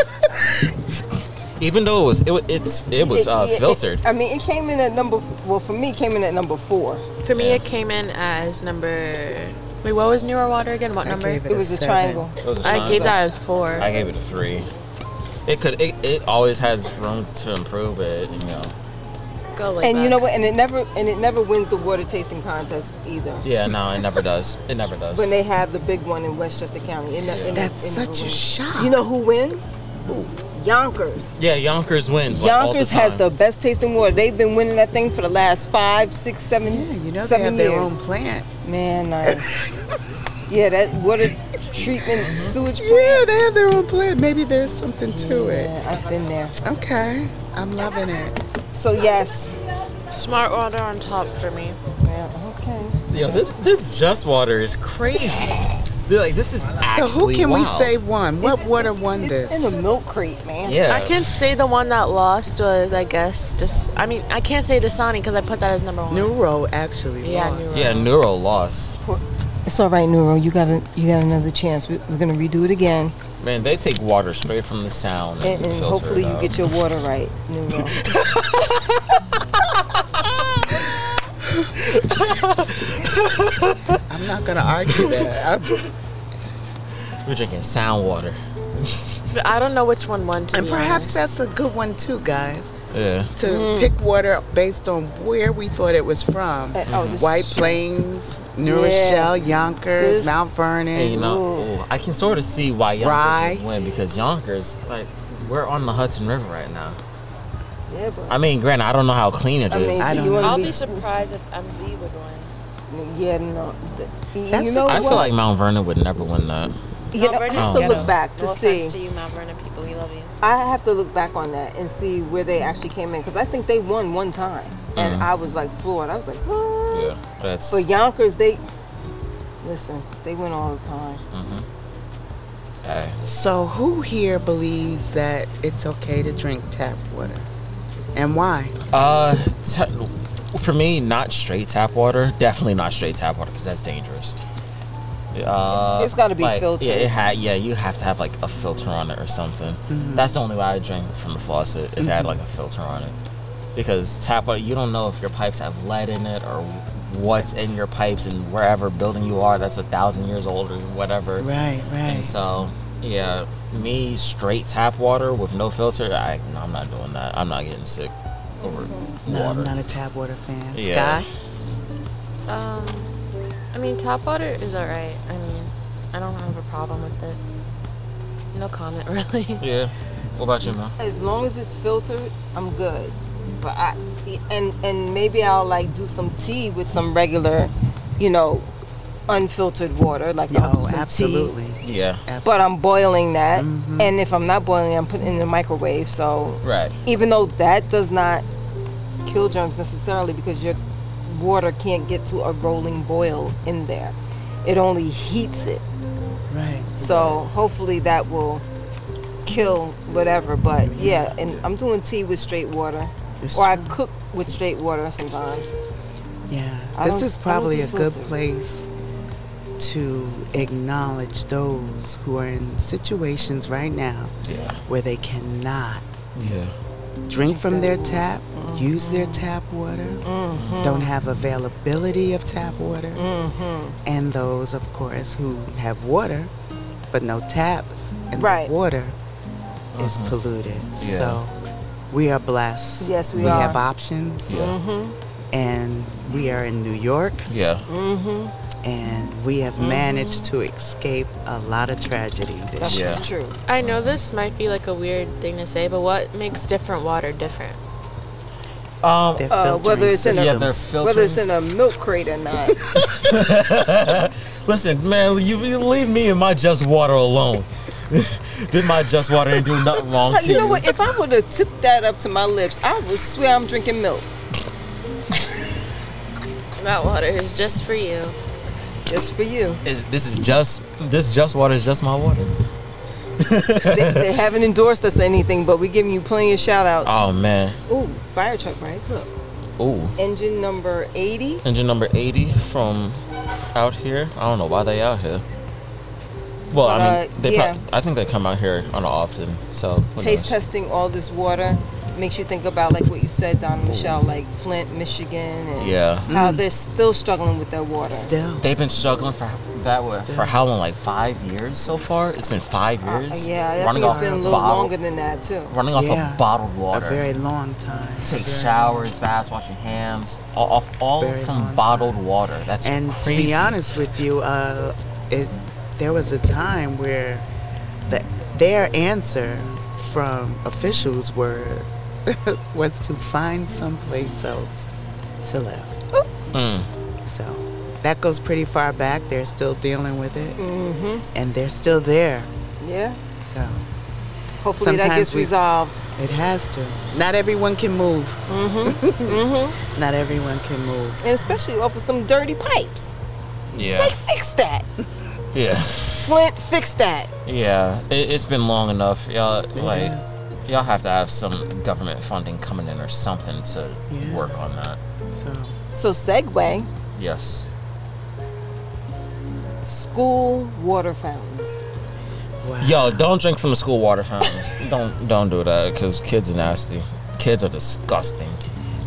S2: Even though it was it, wa- it's it was uh,
S1: it- it-
S2: filtered.
S1: I mean, it came in at number. Well, for me, it came in at number four.
S4: For me,
S2: Yeah.
S4: it came in as number. Wait, what was newer water again? What
S3: I
S4: number?
S3: gave
S1: It was a
S3: seven.
S1: triangle.
S2: It was a
S4: I
S2: shine.
S4: gave that a four.
S2: I gave it a three. It could. It, it always has room to improve. It. You know.
S4: Go way
S1: And you know
S4: back.
S1: what? And it never and it never wins the water tasting contest either.
S2: Yeah. No. It never does. It never does.
S1: When they have the big one in Westchester County, it ne- it ne-
S3: That's
S1: it never
S3: such a
S1: wins.
S3: shock.
S1: You know who wins? Yonkers.
S2: yeah. Yonkers wins. Like, all the
S1: Yonkers has
S2: time.
S1: the best tasting water. They've been winning that thing for the last five, six, seven,
S3: Yeah, you know they
S1: seven
S3: have their
S1: years.
S3: own plant.
S1: Man, nice. yeah, that water treatment sewage
S3: Mm-hmm. Yeah, they have their own plant. Maybe there's something to it.
S1: Yeah, I've been there.
S3: Okay, I'm loving it.
S1: So yes.
S4: Smart water on top for me.
S1: Well, okay.
S2: Yo, this this just water is crazy. They're like this is
S3: So
S2: actually
S3: who can we
S2: wild.
S3: say won? What water won
S1: It's in
S3: this?
S1: a milk crate, man.
S2: Yeah.
S4: I can say the one that lost was, I guess, just. I mean, I can't say Dasani because I put that as number one.
S3: Neuro actually
S4: Yeah,
S3: lost.
S4: Neuro.
S2: Yeah. Neuro lost.
S1: It's all right, Neuro. You got a, you got another chance. We, we're gonna redo it again,
S2: Man, they take water straight from the sound and,
S1: and, and
S2: filter
S1: hopefully
S2: it
S1: you
S2: out.
S1: get your water right, Neuro.
S3: I'm not gonna argue that. I'm-
S2: We're drinking sound water.
S4: But I don't know which one won. To
S3: and
S4: be
S3: perhaps
S4: honest.
S3: that's a good one too, guys.
S2: Yeah.
S3: To pick water based on where we thought it was from.
S1: Uh, oh, this-
S3: White Plains, New
S1: Yeah.
S3: Rochelle, Yonkers,
S1: This-
S3: Mount
S2: And
S3: Vernon.
S2: you know,
S1: Ooh.
S2: ooh, I can sort of see why Yonkers
S3: Rye.
S2: would win because Yonkers, like, we're on the Hudson River right now.
S1: Yeah, but
S2: I mean, granted, I don't know how clean it
S1: I
S2: is.
S1: mean,
S3: I
S1: do
S3: don't
S1: you
S3: know.
S1: wanna
S4: I'll be surprised if MV would win.
S1: Yeah, no. th- y-
S3: That's
S1: you
S3: a-
S1: know
S2: I
S1: what?
S2: feel like Mount Vernon would never win that.
S1: you know,
S4: Mount
S1: I
S4: Vernon's
S1: have to
S2: ghetto.
S1: look back to
S4: no
S1: see.
S4: offense to you, Mount Vernon people. We love you.
S1: I have to look back on that and see where they actually came in because I think they won one time, and I was like floored. I was like, what?
S2: Yeah, that's.
S1: But Yonkers, they listen. They win all the time.
S2: Hey,
S3: So who here believes that it's okay to drink tap water? And why?
S2: Uh, te- for me, not straight tap water. Definitely not straight tap water because that's dangerous. Uh,
S1: It's gotta be
S2: like, Yeah,
S1: filtered.
S2: it ha- yeah, you have to have like a filter on it or something.
S1: Mm-hmm.
S2: That's the only way I drink from the faucet if it had like a filter on it, because tap water you don't know if your pipes have lead in it or what's in your pipes and wherever building you are that's a thousand years old or whatever.
S3: Right,
S2: And
S3: right.
S2: so, yeah, me straight tap water with no filter. I no, I'm not doing that. I'm not getting sick over
S3: No,
S2: water.
S3: I'm not a tap water fan.
S2: Yeah.
S3: Mm-hmm. Sky?
S4: Um, I mean, tap water is alright. I mean, I don't have a problem with it. No comment, really.
S2: Yeah. What about you, man?
S1: As long as it's filtered, I'm good. But I and and maybe I'll like do some tea with some regular, you know, unfiltered water. Like I'll do
S3: Oh,
S1: some tea.
S3: absolutely.
S2: Yeah.
S1: But I'm boiling that, and if I'm not boiling, it, I'm putting it in the microwave. So
S2: Right.
S1: even though that does not kill germs necessarily, because your water can't get to a rolling boil in there, it only heats it.
S3: right.
S1: So hopefully that will kill whatever. But yeah, and I'm doing tea with straight water,
S3: It's
S1: or I
S3: true.
S1: cook with straight water sometimes.
S3: Yeah.
S1: I
S3: This
S1: don't-
S3: is
S1: I don't
S3: probably
S1: do
S3: a good
S1: filter.
S3: place to acknowledge those who are in situations right now
S2: Yeah.
S3: where they cannot
S2: Yeah.
S3: drink from their tap,
S1: Mm-hmm.
S3: use their tap water, don't have availability of tap water,
S1: Mm-hmm.
S3: and those, of course, who have water but no taps, and
S1: Right.
S3: the water is polluted.
S2: Mm-hmm. Yeah.
S3: So we are blessed.
S1: Yes, we
S3: have
S1: are.
S3: options,
S2: Yeah.
S3: and we are in New York,
S2: Yeah.
S3: and we have
S1: Mm-hmm.
S3: managed to escape a lot of tragedy this
S1: That's
S3: year.
S2: Yeah.
S1: true.
S4: I know this might be like a weird thing to say, but what makes different water different?
S2: Um.
S3: Their
S1: Uh,
S3: filtering
S1: whether it's in a-
S2: Yeah, their
S3: systems.
S1: Whether it's in
S2: filterings.
S1: a milk crate or not.
S2: Listen, man, you you leave me and my just water alone. Did my just water ain't do nothing wrong to you?
S1: you know what? If I would have tipped that up to my lips, I would swear I'm drinking milk.
S4: That water is just for you.
S1: Just for you.
S2: Is this is just this just water is just my water.
S1: they, they haven't endorsed us or anything, but we're giving you plenty of shout outs.
S2: Oh man.
S1: Ooh, fire truck rice. Look,
S2: Ooh.
S1: engine number 80.
S2: Engine number 80 from out here. I don't know why they out here. Well,
S1: But,
S2: I mean,
S1: uh,
S2: they
S1: yeah.
S2: prob- I think they come out here on often. So
S3: Oh,
S2: who
S1: Taste
S2: knows?
S1: testing all this water makes you think about like what you said, Donna Michelle, like Flint, Michigan, and
S2: Yeah.
S1: how they're still struggling with their water.
S3: Mm. Still.
S2: They've been struggling for that way
S3: Still.
S2: for how long? Like five years so far. It's been five
S1: Uh,
S2: years.
S1: yeah, I
S2: running
S1: think it's
S2: off
S1: been a little
S2: bottled,
S1: longer than that too.
S2: Running off
S3: Yeah.
S2: of bottled water.
S3: A very long time.
S2: Take
S3: Very
S2: showers, baths, washing hands, all, off all
S3: Very
S2: from
S3: long
S2: bottled water. That's
S3: And
S2: crazy.
S3: to be honest with you, uh, it there was a time where the, their answer from officials were was to find someplace else to live.
S2: Mm.
S3: So that goes pretty far back. They're still dealing with it,
S1: Mm-hmm.
S3: and they're still there.
S1: Yeah.
S3: So
S1: Hopefully that
S3: Sometimes
S1: gets
S3: we-
S1: resolved.
S3: it has to. Not everyone can move. Mm-hmm. mm-hmm. Not everyone can move.
S1: And especially off of some dirty pipes.
S2: Yeah,
S1: Like fix that.
S2: yeah,
S1: Flint, fix that.
S2: yeah. It, it's been long enough. Y'all like,
S3: has.
S2: y'all have to have some government funding coming in or something to
S3: Yeah.
S2: work on that.
S3: So
S1: So segue,
S2: Yes.
S1: school water fountains.
S3: wow.
S2: Yo, don't drink from the school water fountains. don't don't do that because kids are nasty. Kids are disgusting.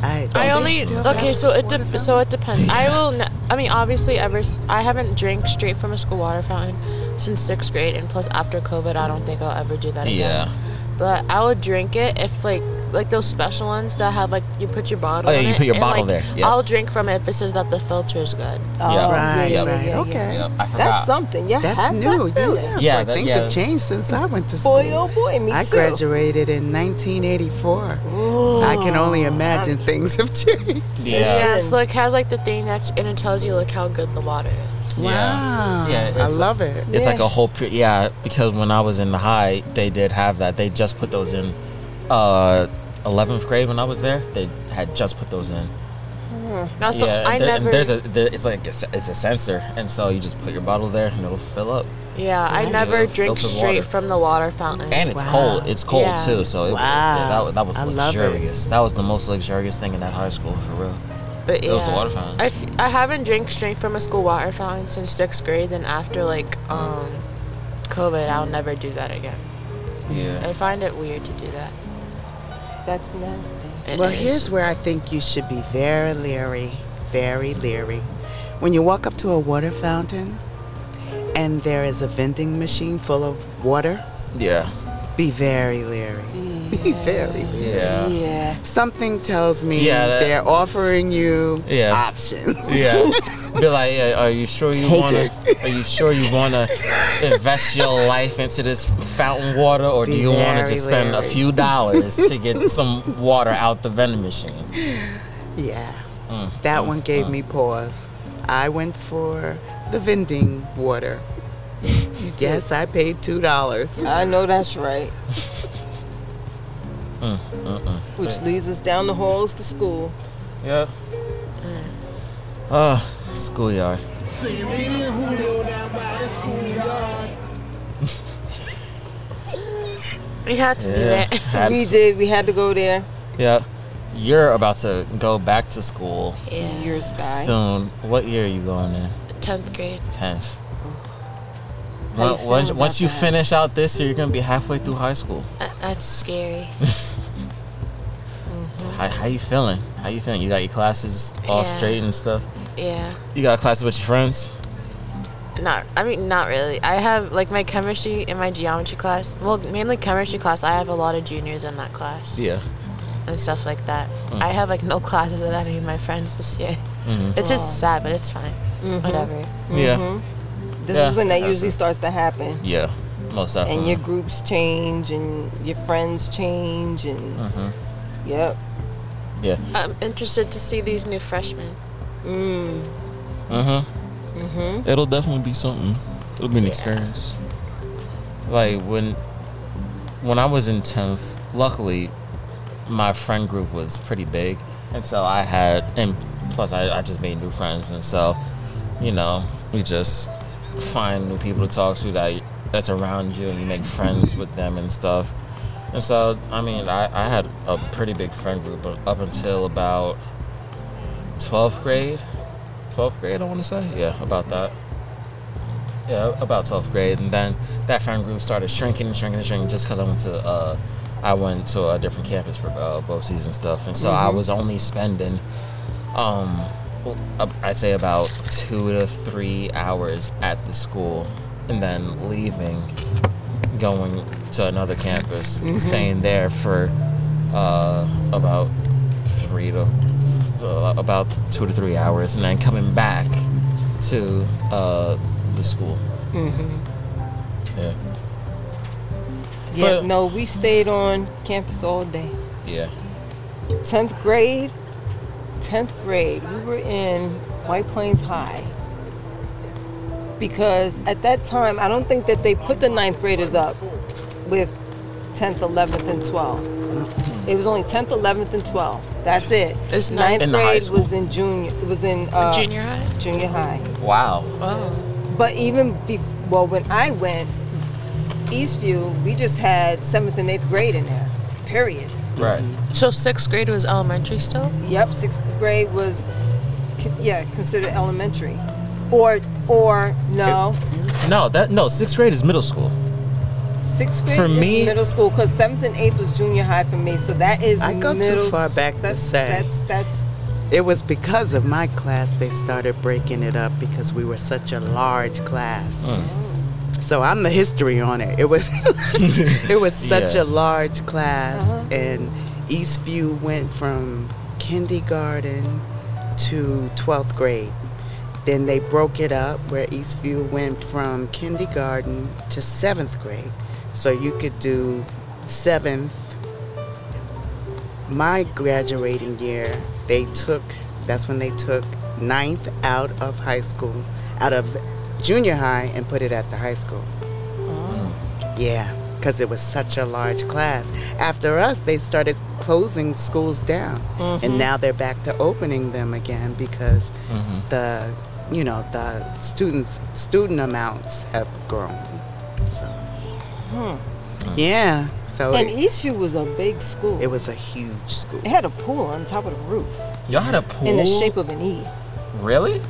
S3: I,
S4: I
S2: Oh,
S3: they
S4: only
S3: still
S4: okay.
S3: have
S4: So it
S3: water
S4: de- so it depends. I will. N- I mean, obviously, ever s- I haven't drank straight from a school water fountain since sixth grade, and plus after COVID, I don't think I'll ever do that again.
S2: Yeah.
S4: But I would drink it if like like those special ones that have like you put your bottle.
S2: Oh, yeah,
S4: in
S2: you
S4: it,
S2: put your
S4: and,
S2: bottle
S4: like,
S2: there, yeah.
S4: I'll drink from it if it says that the filter is good.
S1: Oh,
S3: Right,
S1: yeah,
S3: right,
S1: yeah, yeah.
S3: okay.
S2: Yep, I forgot.
S1: That's something. Yeah,
S3: That's
S1: have
S3: new.
S1: That feeling.
S3: Yeah,
S2: Yeah,
S3: boy,
S2: that-
S3: things
S2: yeah.
S3: have changed since I went to school.
S1: Boy, oh boy, me
S3: I
S1: too.
S3: graduated in 1984. I can only imagine things have changed.
S2: Yeah.
S4: Yeah, so it has like the thing that's and it tells you like how good the water is.
S3: Wow.
S2: Yeah,
S3: I
S2: it's-
S3: love it.
S2: It's like
S1: Yeah.
S2: a whole pre- yeah because when I was in the high they did have that they just put those in uh 11th grade when I was there they had just put those in
S4: Now, so
S2: yeah
S4: I
S2: and there- and
S4: never.
S2: there's a there, it's like a, s- it's a sensor and so you just put your bottle there and it'll fill up
S4: yeah, I never
S2: it's
S4: drink
S2: filtered
S4: straight
S2: water.
S4: from the water fountain.
S2: and it's
S3: Wow.
S2: cold it's cold
S4: Yeah.
S2: too so it, yeah, that,
S3: Wow.
S2: wa- that was
S3: I love it.
S2: luxurious that was the most luxurious thing in that high school for real
S4: But
S2: It
S4: yeah,
S2: was the water fountain.
S4: I, f- I haven't drank straight from a school water fountain since sixth grade. Then after like um, COVID, I'll never do that again.
S2: yeah
S4: I find it weird to do that.
S1: That's nasty.
S4: It
S3: Well,
S4: is.
S3: here's where I think you should be very leery, very leery. When you walk up to a water fountain and there is a vending machine full of water,
S2: yeah
S3: be very leery. Be very leery.
S2: yeah
S1: Yeah.
S3: Something tells me
S2: Yeah, that-
S3: they're offering you
S2: Yeah.
S3: options.
S2: Yeah. Be like, yeah, are you sure you
S3: Take
S2: wanna are you sure you wanna invest your life into this fountain water or do
S3: Be
S2: you wanna
S3: very
S2: just spend a
S3: wary.
S2: few dollars to get some water out the vending machine?
S3: Yeah. That one gave me pause. I went for the vending water. yes, I paid two dollars.
S1: I know that's right.
S2: Uh,
S1: Which leads us down the halls to school.
S2: Yeah.
S4: Mm.
S2: Uh schoolyard.
S4: we had to
S2: Yeah.
S4: do it.
S2: Had-
S1: we did. We had to go there.
S2: yeah. You're about to go back to school
S4: Yeah,
S1: Your sky.
S2: soon. What year are you going in?
S4: tenth grade.
S2: Tenth.
S1: How you
S2: Once,
S1: feel
S2: once,
S1: about
S2: once you
S1: that?
S2: finish out this year, you're gonna be halfway through high school.
S4: That, that's scary.
S2: So
S1: Mm-hmm.
S2: how, how you feeling? How you feeling? You got your classes all
S4: Yeah.
S2: straight and stuff.
S4: Yeah.
S2: You got classes with your friends.
S4: Not, I mean, not really. I have like my chemistry and my geometry class. Well, mainly chemistry class. I have a lot of juniors in that class
S2: Yeah. Mm.
S4: and stuff like that. I have like no classes with any of my friends this year.
S2: Mm-hmm.
S4: It's just sad, but it's fine. Whatever.
S2: Yeah.
S1: Mm-hmm. This
S2: Yeah.
S1: is when that
S2: Yeah. Uh-uh.
S1: usually starts to happen.
S2: Yeah. Most
S1: And
S2: definitely.
S1: your groups change and your friends change and
S2: Mm-hmm. Uh-uh.
S1: yep.
S2: yeah.
S4: I'm interested to see these new freshmen.
S1: Mm.
S2: Uh huh. It'll definitely be something. It'll be an experience. Like when when I was in tenth, luckily my friend group was pretty big, and so I had and plus I, I just made new friends, and so you know you just find new people to talk to that that's around you, and you make friends with them and stuff. And so I mean I, I had a pretty big friend group up until about twelfth grade. 12th grade, I want to say. Yeah, about that. yeah, about 12th grade, and then that friend group started shrinking and shrinking and shrinking just because I went to uh, I went to a different campus for uh, both seasons and stuff, and so I was only spending um ab- I'd say about two to three hours at the school, and then leaving, going to another campus,
S1: Mm-hmm.
S2: staying there for uh, about three to uh, about two to three hours, and then coming back to uh, the school. Mm-hmm. Yeah.
S1: Yeah,
S2: But-
S1: no, we stayed on campus all day.
S2: Yeah.
S1: 10th grade, 10th grade, we were in White Plains High. Because at that time, I don't think that they put the ninth graders up with 10th, 11th, and 12th. It was only 10th, 11th, and 12th. That's it.
S4: It's ninth-
S1: ninth
S2: In the high
S1: grade
S2: school.
S1: was in junior. It was in uh,
S4: Junior high?
S1: Junior high.
S2: Wow.
S4: Wow.
S1: But even bef well, when I went Eastview, we just had seventh and eighth grade in there. Period.
S2: Right.
S1: Mm-hmm.
S4: So sixth grade was elementary still?
S1: Yep, sixth grade was, con- yeah, considered elementary, or or no,
S2: No, that no sixth grade is middle school.
S1: sixth grade
S2: For
S1: is
S2: me-
S1: middle school because seventh and eighth was junior high for me. So that is
S3: I go too
S1: middle
S3: far
S1: s-
S3: back to
S1: that's,
S3: say.
S1: That's that's
S3: It was because of my class they started breaking it up because we were such a large class. So I'm the history on it. It was it was such
S2: Yeah.
S3: a large class
S1: Uh-huh.
S3: and Eastview went from kindergarten to 12th grade. Then they broke it up where Eastview went from kindergarten to 7th grade. So you could do 7th my graduating year, they took, that's when they took ninth out of high school, out of junior high, and put it at the high school. Yeah, because it was such a large class. After us, they started closing schools down, and now they're back to opening them again because the, you know, the students student amounts have grown. So, yeah, so
S1: and
S3: Oh, it,
S1: Eastview was a big school.
S3: it was a huge school.
S1: It had a pool on top of the roof
S2: Y'all had a pool
S1: in the shape of an E.
S2: really?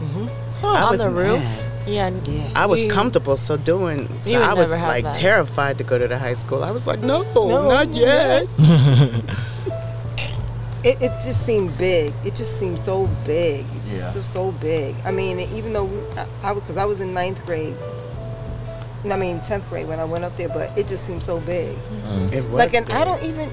S3: I
S4: on
S3: was
S4: the roof?
S3: mad.
S4: Yeah.
S1: Yeah.
S3: I was
S4: We-
S3: comfortable, so doing. So
S4: You would
S3: I was
S4: never have
S3: like
S4: that.
S3: terrified to go to the high school. I was like, no,
S1: No,
S3: not yet.
S1: It, it just seemed big. It just seemed so big. It just
S2: Yeah.
S1: was so big. I mean, even though we, I, I was, because I was in ninth grade, and I mean tenth grade when I went up there, but it just seemed so big.
S3: It was
S1: Like, and I
S3: big.
S1: don't even. I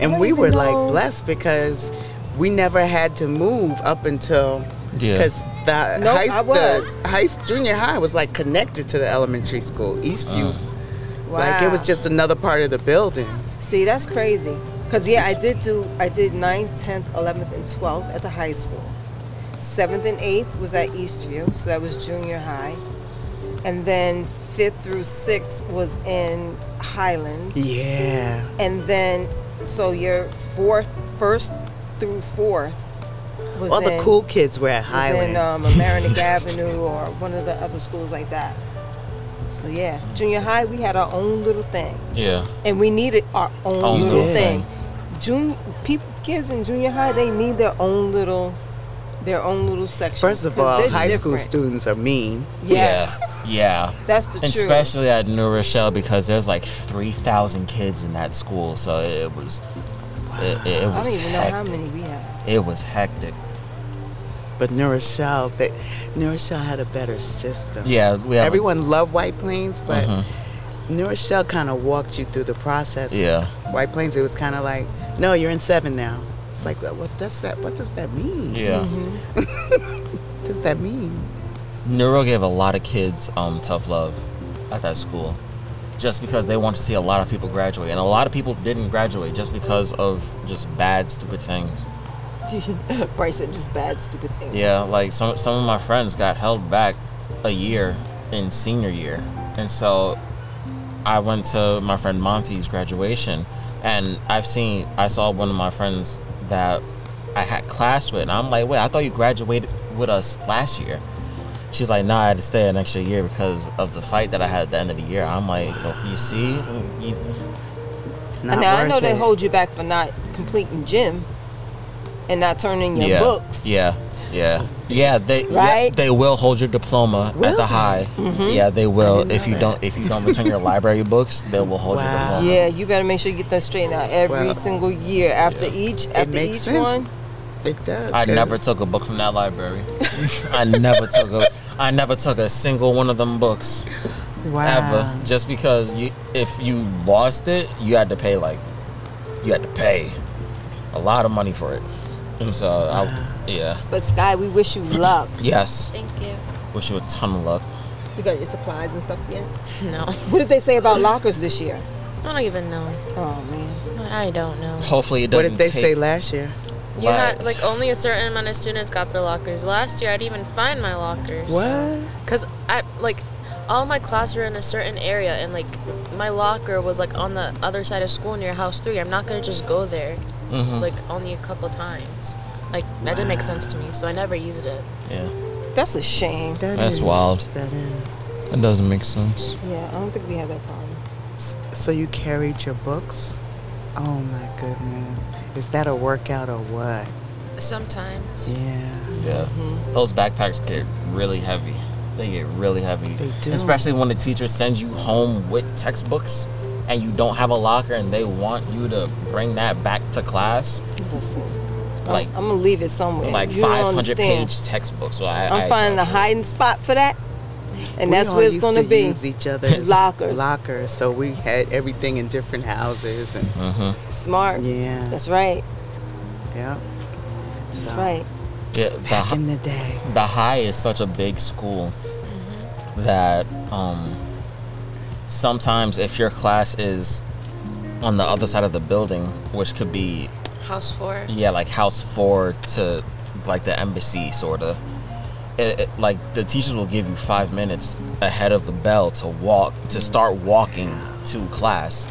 S3: And
S1: don't
S3: we
S1: even
S3: were
S1: know.
S3: like blessed because we never had to move up until
S2: Yeah.
S3: because the
S1: Nope,
S3: high
S1: I was.
S3: the high junior high was like connected to the elementary school Eastview.
S1: Wow.
S3: Like it was just another part of the building.
S1: See, that's crazy. Cause yeah, I did do. I did 9th, 10th, 11th, and 12th at the high school. Seventh and eighth was at Eastview, so that was junior high, and then fifth through sixth was in Highlands.
S3: Yeah.
S1: and then so your fourth, first through fourth was
S3: All the
S1: in-
S3: cool kids were at
S1: was
S3: Highlands.
S1: in um, Amerenik Avenue or one of the other schools like that. So yeah, junior high we had our own little thing,
S2: Yeah.
S1: and we needed our own
S2: Own
S1: little
S2: little
S1: thing. Junior people, kids in junior high, they need their own little, their own little section.
S3: First of
S1: 'cause
S3: all,
S1: they're
S3: high school
S1: different.
S3: students are mean.
S1: Yes,
S2: Yeah. Yeah.
S1: that's the
S2: And
S1: truth.
S2: Especially at New Rochelle because there's like three thousand kids in that school, so it was it, it, it
S1: I
S2: was
S1: don't even know
S2: hectic.
S1: how many we had.
S2: It was hectic.
S3: But New Rochelle, they, New Rochelle had a better system.
S2: Yeah, we have
S3: Everyone loved White Plains, but New Rochelle kind of walked you through the process.
S2: Yeah.
S3: White Plains, it was kind of like, no, you're in seven now. It's like, well, what does that? What does that mean?
S2: Yeah.
S1: Mm-hmm.
S3: What does that mean?
S2: Neuro gave a lot of kids um, tough love at that school, just because they wanted to see a lot of people graduate, and a lot of people didn't graduate just because of just bad, stupid things.
S1: Bryce said just bad, stupid things.
S2: Yeah, like some some of my friends got held back a year in senior year, and so I went to my friend Monty's graduation, and I've seen I saw one of my friends that I had class with, and I'm like, wait, I thought you graduated with us last year. She's like, nah, I had to stay an extra year because of the fight that I had at the end of the year. I'm like, well, you see, you,
S3: Not
S1: now I
S3: worth
S1: know they
S3: it.
S1: hold you back for not completing gym and not turning your
S2: yeah,
S1: books,
S2: yeah, Yeah. Yeah, they yeah,
S1: Right?
S2: they will hold your diploma
S3: Will
S2: at the
S3: they?
S2: high. Yeah, they will.
S3: Mm-hmm. didn't
S2: If
S3: know
S2: you
S3: that.
S2: don't if you don't return your library books, they will hold your
S3: Wow.
S2: diploma.
S1: Yeah, you better make sure you get that straightened out every
S3: Well,
S1: single year after each after
S3: makes
S1: each
S3: sense.
S1: one.
S3: It does.
S2: I
S3: 'cause-
S2: never took a book from that library. I never took a I never took a single one of them books
S3: wow.
S2: ever. Just because you if you lost it, you had to pay like you had to pay a lot of money for it. And so I yeah.
S1: But Sky, we wish you luck.
S2: Yes.
S4: Thank you.
S2: Wish you a ton of luck.
S1: you got your supplies and stuff yet?
S4: No,
S1: What did they say about lockers this year?
S4: I don't even know.
S1: Oh man.
S4: I don't know.
S2: Hopefully it
S3: What
S2: doesn't
S3: did they
S2: take
S3: say last year?
S4: You
S2: Wow.
S4: had like only a certain amount of students got their lockers. Last year, I didn't even find my lockers.
S3: What?
S4: Cause I like all my classes are in a certain area, and like my locker was like on the other side of school near House Three. I'm not gonna just go there
S2: Mhm.
S4: like only a couple times. Like that didn't make sense to me, so I never used it.
S2: Yeah.
S1: That's a shame.
S3: That
S2: That's wild.
S3: That is.
S2: That doesn't make sense.
S1: Yeah, I don't think we had that problem.
S3: S- So you carried your books? Oh my goodness. Is that a workout or what?
S4: Sometimes.
S3: Yeah.
S2: Yeah.
S1: Mm-hmm.
S2: Those backpacks get really heavy. They get really heavy.
S3: They do.
S2: Especially when the teacher sends you home with textbooks and you don't have a locker and they want you to bring that back to class.
S1: Listen, I'm-
S2: Like-
S1: I'm, gonna leave it somewhere.
S2: Like
S1: You don't
S2: 500
S1: understand.
S2: page textbooks. So I, I
S1: I'm finding a
S2: told you.
S1: hiding spot for that, and
S3: We
S1: that's
S3: all
S1: where it's
S3: used
S1: gonna
S3: to
S1: be.
S3: Use each other's
S1: Lockers.
S3: Lockers. So we had everything in different houses and
S2: Uh-huh.
S1: Smart.
S3: yeah.
S1: That's right.
S3: Yep.
S1: That's
S3: So,
S1: right.
S2: Yeah, the,
S3: Back
S2: hi-
S3: in the day.
S2: the high is such a big school that um, sometimes if your class is on the other side of the building, which could be
S4: House Four.
S2: yeah like house four to like the embassy sort of it, it, like the teachers will give you five minutes ahead of the bell to walk to start walking to class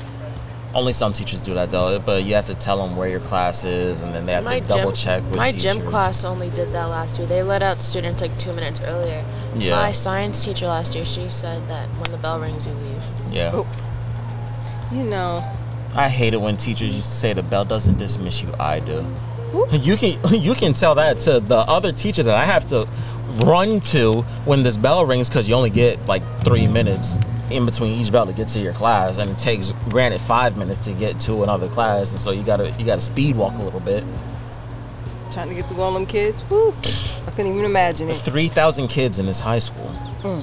S2: only some teachers do that though but you have to tell them where your class is and then they have
S4: My
S2: to double
S4: gym,
S2: check with
S4: my gym
S2: teachers.
S4: class only did that last year. They let out students like two minutes earlier.
S2: Yeah.
S4: My science teacher last year, she said that when the bell rings, you leave.
S2: yeah
S1: Oh. You know,
S2: i hate it when teachers used to say the bell doesn't dismiss you i do
S1: Whoop.
S2: you can you can tell that to the other teacher that i have to run to when this bell rings because you only get like three minutes in between each bell to get to your class and it takes granted five minutes to get to another class and so you gotta you gotta speed walk a little bit
S1: trying to get through all them kids. Woo. I couldn't even imagine it.
S2: 3000 kids in this high school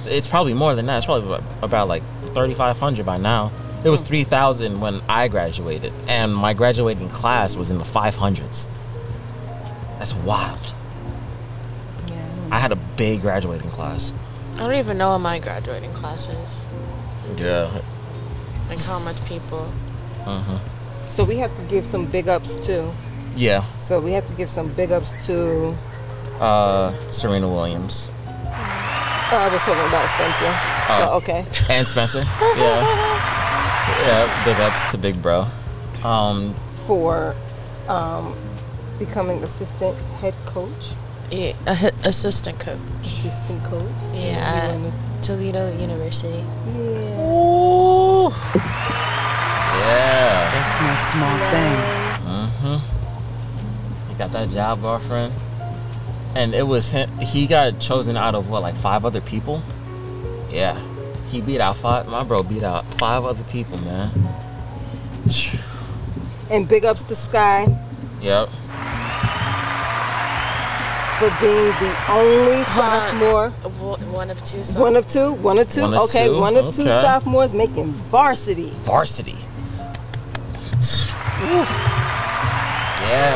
S2: it's probably more than that it's probably about, about like 3500 by now it was 3000 when i graduated and my graduating class was in the 500s that's wild
S1: Yeah.
S2: i had a big graduating class
S4: I don't even know what my graduating class is.
S2: yeah
S4: Like how much people.
S1: So we have to give some big ups too.
S2: yeah
S1: So we have to give some big ups to.
S2: uh, Serena Williams
S1: Oh, I was talking about Spencer.
S2: Oh.
S1: Oh, okay.
S2: and Spencer. Yeah, yeah. Big ups to Big Bro. Um,
S1: For um, becoming assistant head coach,
S4: Yeah, a hi- assistant coach.
S1: assistant coach.
S4: Yeah, at Toledo University.
S1: Yeah.
S2: ooh, yeah.
S3: That's no small thing.
S2: He got that job, girlfriend, and it was him. He got chosen out of what, like five other people? Yeah, he beat out five. My bro beat out five other people, man.
S1: And big ups to Sky
S2: Yep.
S1: for being the only sophomore.
S4: Uh, wo- one of two. So
S1: One of two, one of two.
S2: One of
S1: okay,
S2: two,
S1: one of two
S2: okay.
S1: sophomores making varsity.
S2: Varsity. Yeah,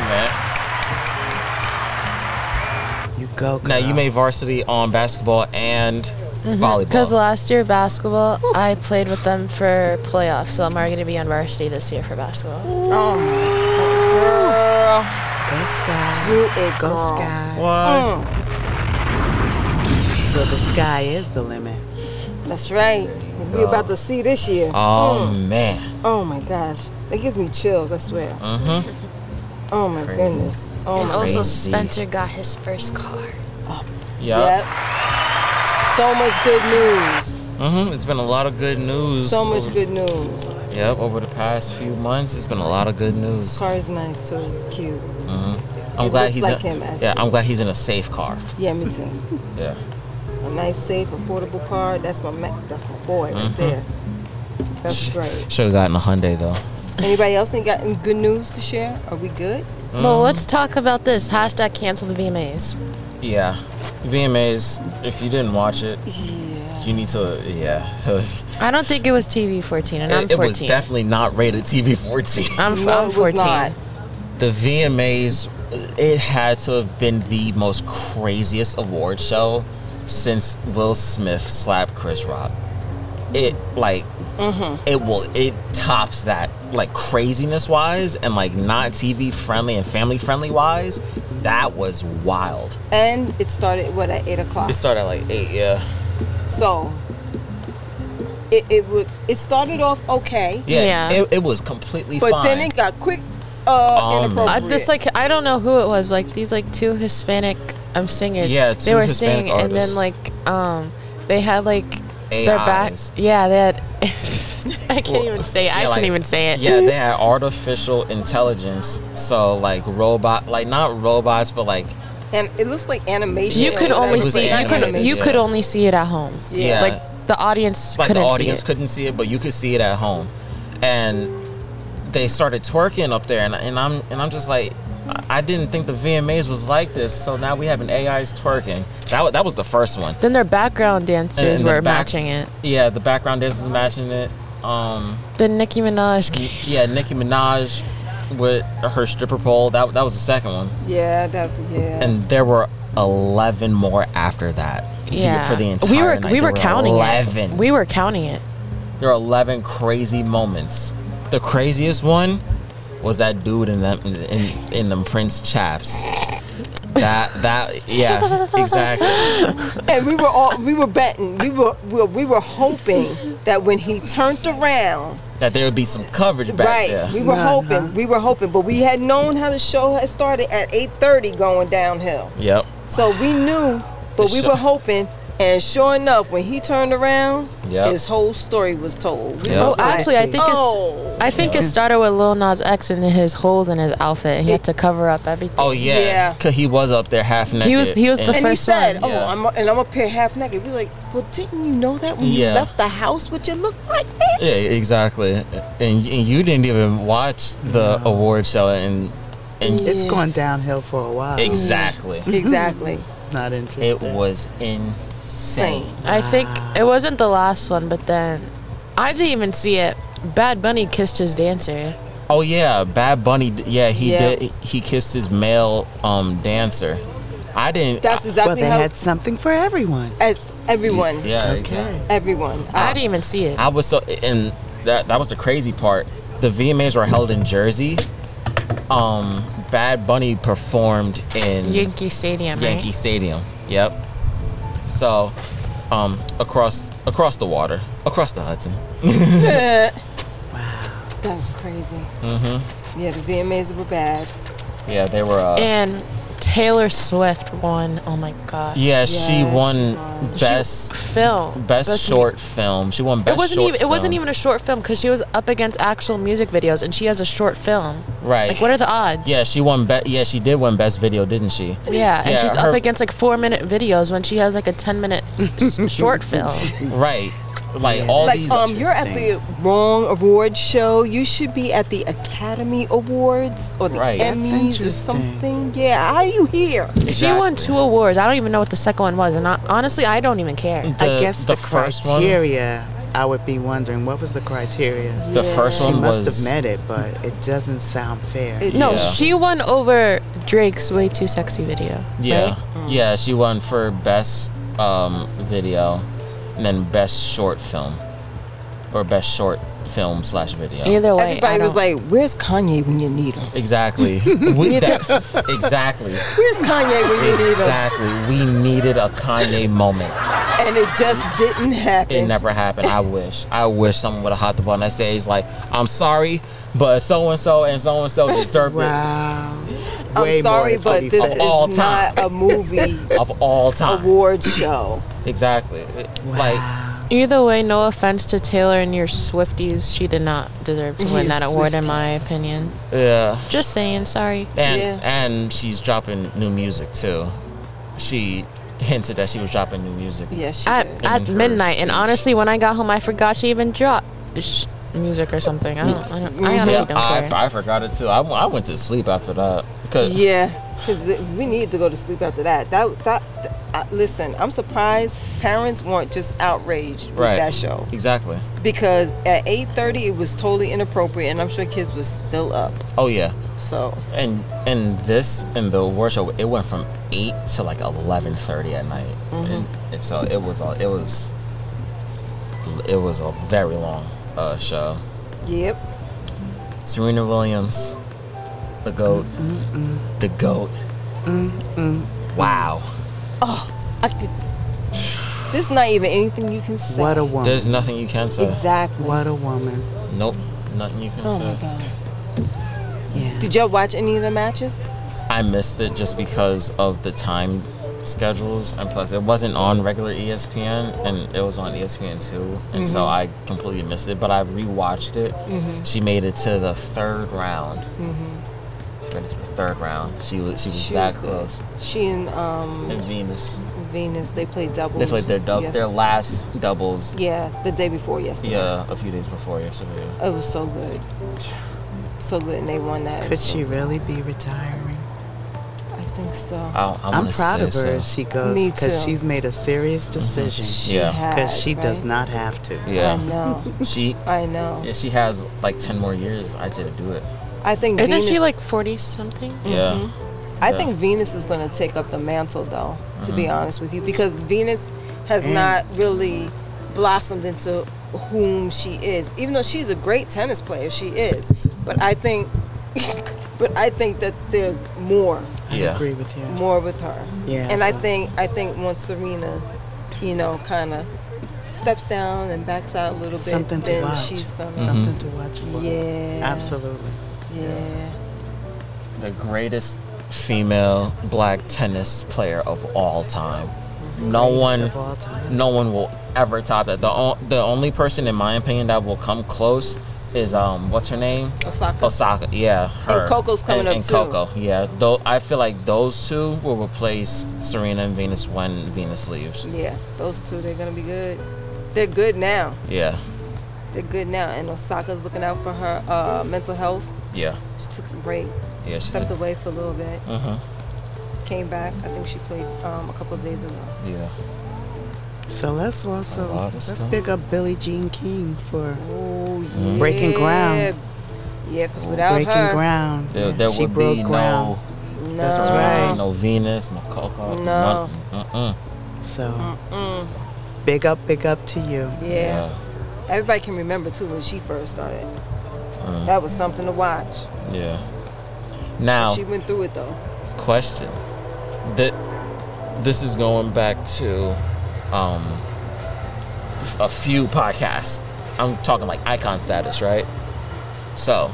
S2: man.
S3: You go.
S2: Now
S3: Girl.
S2: you made varsity on basketball and
S1: Mm-hmm.
S2: volleyball.
S4: Because last year basketball, I played with them for playoffs, so I'm already gonna be on varsity this year for basketball.
S1: Girl,
S3: go sky.
S1: do it,
S3: Go
S1: girl.
S3: sky.
S2: What?
S1: Mm,
S3: So the sky is the limit.
S1: that's right.
S2: you
S1: We're about
S2: go.
S1: to see this year.
S2: Oh man.
S1: Oh my gosh. That gives me chills, I swear.
S2: Mm-hmm.
S1: Oh my
S2: Crazy.
S1: goodness. Oh
S4: And
S1: my
S4: also,
S2: Crazy.
S4: Spencer got his first car.
S2: Yeah.
S1: Yep. So much good news.
S2: Mm-hmm. It's been a lot of good news.
S1: So much
S2: over-
S1: good news.
S2: Yep. Over the past few months, it's been a lot of good
S1: This
S2: news.
S1: car is nice too. It's cute.
S2: Mm-hmm. I'm
S1: It
S2: glad
S1: looks
S2: he's
S1: like
S2: in,
S1: him, actually.
S2: yeah. I'm glad he's in a safe car.
S1: Yeah, me too.
S2: Yeah.
S1: A nice, safe, affordable car. That's my ma- that's my boy
S2: Mm-hmm.
S1: right there. That's great.
S2: Should have gotten a Hyundai though.
S1: Anybody else ain't got any good news to share? Are we good?
S4: Well, let's talk about this. Hashtag cancel the VMAs.
S2: Yeah. VMAs. If you didn't watch it,
S1: Yeah.
S2: you need to. Yeah.
S4: I don't think it was TV 14, and I'm
S2: it, it
S4: 14.
S2: was definitely not rated TV 14.
S4: I'm,
S1: No,
S4: I'm
S1: it was
S4: 14.
S1: not.
S2: the VMAs, it had to have been the most craziest award show since Will Smith slapped Chris Rock. It like
S4: Mm-hmm.
S2: it will it tops that like craziness wise and like not TV friendly and family friendly wise. That was wild.
S1: And it started what at eight o'clock.
S2: It started at like eight, yeah,
S1: So it, it was it started off okay,
S2: yeah.
S4: Yeah.
S2: It, it was completely
S1: but
S2: fine.
S1: then it got quick uh
S2: Um,
S4: I,
S1: inappropriate.
S4: this like I don't know who it was, but like these like two Hispanic um singers.
S2: Yeah,
S4: they
S2: two
S4: were
S2: Hispanic
S4: singing, and
S2: artists.
S4: then like um they had like their back.
S2: AIs.
S4: Yeah, they had. I can't
S2: Well,
S4: even say it.
S2: yeah,
S4: I shouldn't
S2: like-
S4: even say it.
S2: Yeah, they had artificial intelligence. So like robot, like not robots, but like
S1: and it looks like animation.
S4: You
S1: or
S4: could
S1: whatever.
S4: only
S2: was
S4: see you could
S2: animated,
S4: you
S2: yeah.
S4: could only see it at home.
S1: Yeah.
S4: Like the audience
S2: like the
S4: couldn't
S2: audience
S4: see it.
S2: couldn't see it, but you could see it at home. And they started twerking up there, and, and I'm and I'm just like, I- I didn't think the VMAs was like this. So now we have an AI's twerking. That wa- that was the first one.
S4: Then their background dancers
S2: and the
S4: were
S2: back-
S4: matching it.
S2: Yeah, the background dancers matching it. Um,
S4: Then Nicki Minaj.
S2: y- yeah, Nicki Minaj with her stripper pole. That that was the second one.
S1: Yeah, that yeah.
S2: and there were 11 more after that
S4: Yeah.
S2: for the entire
S4: we were
S2: night,
S4: we
S2: there
S4: were counting
S2: 11
S4: it. We were counting it.
S2: there were 11 crazy moments the craziest one was that dude in them in, in, in them prince chaps that that yeah exactly
S1: And we were all we were betting. We were we were, we were hoping that when he turned around,
S2: that there would be some coverage back
S1: right?
S2: there
S1: We were
S3: Uh-huh.
S1: hoping. We were hoping, but we had known how the show had started at 8:30 going downhill.
S2: yep
S1: So we knew, but we
S2: Sure.
S1: were hoping and sure enough when he turned around,
S2: Yep.
S1: his whole story was told. We
S2: Yep.
S1: was
S4: Oh,
S1: like,
S4: actually, I think it's.
S1: oh.
S4: I think it started with Lil Nas X and his holes in his outfit. He had to cover up everything.
S2: oh yeah
S1: Yeah.
S2: 'cause he was up there half naked
S4: was- he was the
S1: and
S2: and-
S1: he
S4: first one.
S1: said, "Oh,
S2: Yeah.
S1: I'm and I'm up here half naked." We were like, "Well, didn't you know that when
S2: Yeah. Mm-hmm.
S1: you left the house, what you looked like?"
S2: yeah exactly and, and you didn't even watch the award show and and
S3: It's gone downhill for a while.
S2: exactly
S1: exactly.
S3: Not interesting.
S2: it was insane
S4: I think it wasn't the last one, but then I didn't even see it. Bad Bunny kissed his dancer.
S2: Oh yeah, Bad Bunny. d- Yeah, he
S1: Yeah.
S2: did. He kissed his male um dancer. I didn't.
S1: That's
S3: Well,
S1: exactly
S3: they
S1: how
S3: had something for everyone.
S1: as everyone,
S2: yeah.
S3: Okay.
S2: Exactly.
S1: everyone.
S4: I
S1: Uh,
S4: didn't even see it.
S2: Oh. I was so and that that was the crazy part. The VMAs were held in Jersey. Um, Bad Bunny performed in
S4: Yankee Stadium,
S2: Yankee
S4: right?
S2: Stadium. Yep. So, um, across across the water, across the Hudson.
S1: Oh, That was crazy. Mm-hmm. Yeah, the VMAs were bad.
S2: Yeah, they were. Uh,
S4: And Taylor Swift won. Oh my god.
S2: yeah,
S1: Yeah,
S2: she
S1: she
S2: won
S1: won.
S4: She-
S2: best
S4: film.
S2: best short film. She won best
S4: it wasn't
S2: short
S4: even. It wasn't
S2: film.
S4: even a short film because she was up against actual music videos, and she has a short film.
S2: right.
S4: Like, what are the odds?
S2: Yeah, she won. Be- yeah, she did win Best Video, didn't she?
S4: Yeah, and
S2: Yeah,
S4: she's
S2: her-
S4: up against like four minute videos when she has like a ten minute s- short film.
S2: Right. Like all
S1: Like,
S2: these.
S3: oh,
S1: um, you're at the wrong award show. You should be at the Academy Awards or the
S2: Right. That's
S1: Emmys or
S3: interesting.
S1: something. Yeah, how are you here?
S4: She won two awards. I don't even know what the second one was, and I, honestly, I don't even care.
S3: I guess the, criteria. I would be wondering what was the criteria.
S2: one. The first
S3: She
S2: one
S3: must
S2: was.
S3: have met it, but it doesn't sound fair.
S1: It-
S4: No,
S2: Yeah.
S4: she won over Drake's "Way Too Sexy" video.
S2: Yeah,
S4: right?
S2: yeah. She won for Best um, Video, and then Best Short Film, or Best Short Film slash Video.
S4: Either way,
S1: Everybody
S4: I
S1: was
S4: don't-
S1: like, "Where's Kanye when you need him?
S2: Exactly. we, that, exactly.
S1: Where's Kanye when you need him?"
S2: Exactly. We needed a Kanye moment.
S1: And it just didn't happen.
S2: It never happened. I wish. I wish someone would have hopped up on that stage like, I'm sorry, but so and so and so and so deserved
S3: wow.
S1: I'm
S3: Way more
S1: sorry,
S3: is what
S1: but
S3: he
S1: this
S2: felt.
S1: is
S2: Of all
S1: not a movie
S2: it of all time.
S1: award show.
S2: Exactly. It- Like
S4: Either way, no offense to Taylor and your Swifties, she did not deserve to win
S3: Yeah,
S4: that award, in my
S3: Swifties.
S4: opinion.
S2: Yeah.
S4: Just saying, sorry.
S2: And
S1: Yeah.
S2: and she's dropping new music too. She hinted that she was dropping new music.
S1: Yes, she
S4: At,
S1: did.
S2: I-
S4: at
S2: her
S4: midnight, and
S2: speech.
S4: honestly, when I got home, I forgot she even dropped sh- music or something. I don't. I, don't, I honestly
S2: Mm. Yeah, I,
S4: don't care.
S2: I forgot it too. I, I went to sleep after that. 'Cause-
S1: Yeah, because we need to go to sleep after that. That that. th- I, listen, I'm surprised parents weren't just outraged with
S2: Right.
S1: that show
S2: Exactly.
S1: because at 8:30 it was totally inappropriate, and I'm sure kids was still up.
S2: Oh yeah.
S1: So
S2: And and this and the award show, it went from eight to like eleven thirty at night,
S1: Mm-hmm.
S2: and, and so it was a it was it was a very long uh, show.
S1: yep,
S2: Serena Williams, the goat, the goat. Wow,
S1: I could. There's not even anything you can say.
S3: What a woman.
S2: there's nothing you can say.
S1: exactly.
S3: what a woman.
S2: Nope, nothing you can
S1: Oh
S2: say.
S1: my god.
S3: Yeah.
S1: Did y'all watch any of the matches?
S2: I missed it just because of the time schedules, and plus it wasn't on regular E ESPN, and it was on E ESPN two, and so I completely missed it. But I rewatched it. She made it to the third round. She made it to the third round. She was she was
S1: She
S2: that
S1: was good.
S2: close.
S1: She and um,
S2: And Venus,
S1: Venus, they played doubles.
S2: they played their dou-
S1: yes-
S2: their last doubles.
S1: yeah, the day before yesterday.
S2: Yeah, a few days before yesterday.
S1: It was so good. So good, and they won that.
S3: Could she really be retiring?
S1: I think so.
S2: I, I
S3: I'm
S2: wanna
S3: proud
S2: say
S3: of her if
S2: so.
S3: she goes
S1: Me
S3: because
S1: too.
S3: she's made a serious decision
S1: she
S2: yeah.
S1: has,
S3: because she does
S1: right?
S3: not have to.
S1: I
S2: Yeah,
S1: know.
S2: she
S1: I know.
S2: yeah she has like ten more years. I did do it.
S1: I think
S4: Isn't
S1: Venus,
S4: she like forty something?
S2: Yeah.
S1: I
S2: yeah.
S1: think Venus is going to take up the mantle, though. To
S2: Mm-hmm.
S1: be honest with you, because Venus has not really blossomed into whom she is. Even though she's a great tennis player, she is. But I think, but I think that there's more.
S3: I
S2: Yeah.
S3: agree with you.
S1: more with her.
S3: Yeah.
S1: And I think I think once Serena, you know, kind of steps down and backs out a little bit,
S3: Something to
S1: then
S3: watch.
S1: she's gonna.
S2: Mm-hmm.
S3: Something to watch for.
S1: Yeah.
S3: Absolutely.
S1: Yeah.
S2: the greatest female black tennis player of all time. No
S3: Greatest
S2: one,
S3: of all time.
S2: no one will ever top that. The o- the only person, in my opinion, that will come close is um, what's her name?
S1: Osaka.
S2: Osaka. Yeah, her.
S1: And Coco's coming
S2: and,
S1: up
S2: and
S1: too.
S2: Coco. Yeah, though I feel like those two will replace Serena and Venus when Venus leaves.
S1: Yeah. Those two, they're gonna be good. They're good now.
S2: Yeah,
S1: They're good now. And Osaka's looking out for her uh, mental health.
S2: yeah,
S1: She took a break,
S2: yeah. She's
S1: stepped
S2: a,
S1: away for a little bit,
S2: uh-huh,
S1: came back. I think she played um, a couple of days ago.
S2: yeah.
S3: So let's
S2: A
S3: also
S2: lot of
S3: let's
S2: stuff.
S3: pick up Billie Jean King for
S1: Oh yeah.
S3: Breaking ground.
S1: Yeah, because without
S3: breaking
S1: her,
S3: ground.
S2: There,
S3: Yeah,
S2: there
S3: she
S2: would
S3: broke
S2: be
S3: ground.
S1: no.
S3: That's
S2: no,
S3: right.
S2: no Venus, no Coco,
S1: No.
S2: none- mm-mm.
S3: So
S1: Mm,
S3: big up, big up to you.
S1: yeah. Everybody can remember too when she first started. That was something to watch.
S2: yeah, yeah. Now
S1: She went through it though.
S2: question that this is going back to um a few podcasts i'm talking like icon status right so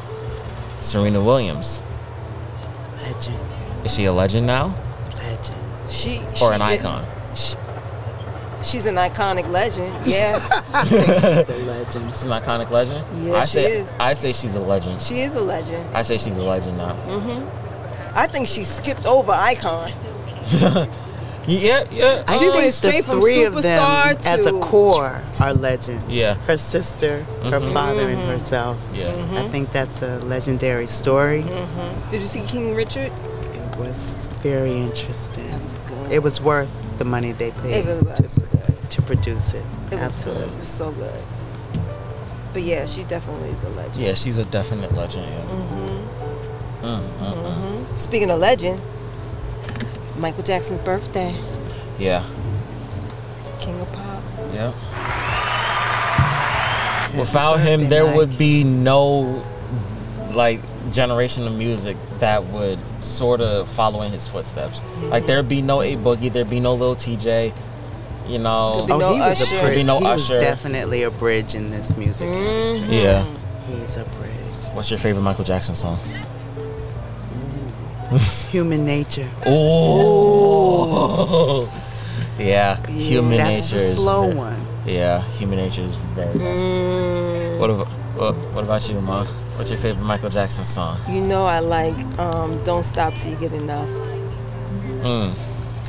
S2: serena williams
S3: Legend,
S2: is she a legend now
S3: legend.
S1: She
S2: or
S1: she
S2: an
S1: did-
S2: icon
S1: she- she's an iconic legend. Yeah,
S3: She's a legend.
S2: she's an iconic legend
S1: Yeah,
S2: i
S1: she
S2: say
S1: is.
S2: i say she's a legend
S1: she is a legend.
S2: i say she's a legend
S1: Mm-hmm.
S2: now
S1: I think she skipped over icon.
S2: yeah yeah
S3: I
S1: She went
S3: think
S1: straight
S3: the
S1: from
S3: three of them
S1: superstar
S3: as a
S1: to-
S3: core are legend.
S2: Yeah. Mm-hmm.
S3: Her sister, her father, and
S1: Mm-hmm.
S3: herself.
S2: yeah
S3: I think that's a legendary story.
S1: Mm-hmm. Did you see King Richard?
S3: It was very interesting.
S1: was good.
S3: It was worth the money they paid
S1: It really was. It was
S3: to,
S1: good.
S3: to produce it.
S1: It was
S3: Absolutely.
S1: good. It was so good. But yeah, she definitely is a legend.
S2: yeah she's a definite legend yeah
S1: Mm-hmm.
S2: Mm, mm, mm.
S1: Speaking of legend, Michael Jackson's birthday,
S2: yeah
S1: King of Pop.
S2: yeah
S3: Happy
S2: Without him,
S3: birthday,
S2: there
S3: Mike.
S2: would be no like generation of music that would sort of follow in his footsteps. Like there'd be no A Boogie, there'd be no Lil TJ, you know.
S1: be
S3: Oh,
S1: no
S3: he was
S1: Usher.
S3: a
S1: There'd
S3: bridge.
S2: be no
S3: he
S2: Usher.
S3: was definitely a bridge in this music
S1: Mm-hmm.
S3: industry.
S2: Yeah.
S3: He's a bridge.
S2: What's your favorite Michael Jackson song?
S3: Human nature.
S2: Oh. yeah. Human
S3: That's
S2: nature.
S3: the
S2: is
S3: slow
S2: ve-
S3: one.
S2: Yeah, human nature is very messy. What, ab- what, what about you, Mom? What's your favorite Michael Jackson song?
S1: You know I like um, "Don't Stop Till You Get Enough."
S4: Hmm.
S2: Mm,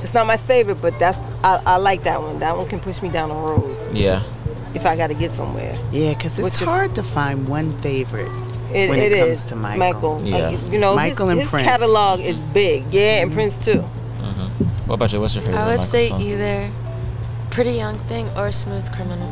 S1: It's not my favorite, but that's I, I like that one. That one can push me down the road
S2: yeah.
S1: if I got to get somewhere.
S3: Yeah, because it's
S1: What's your-
S3: hard to find one favorite.
S1: It,
S3: When it comes
S1: is.
S3: to Michael.
S1: Like,
S2: Yeah.
S1: you know,
S3: Michael
S1: his,
S3: and
S1: his
S3: Prince.
S1: catalog is big. Yeah, and Prince too.
S2: What about you? What's your favorite
S4: I would
S2: Michael
S4: say e-
S2: song?
S4: either Pretty Young Thing or Smooth Criminal.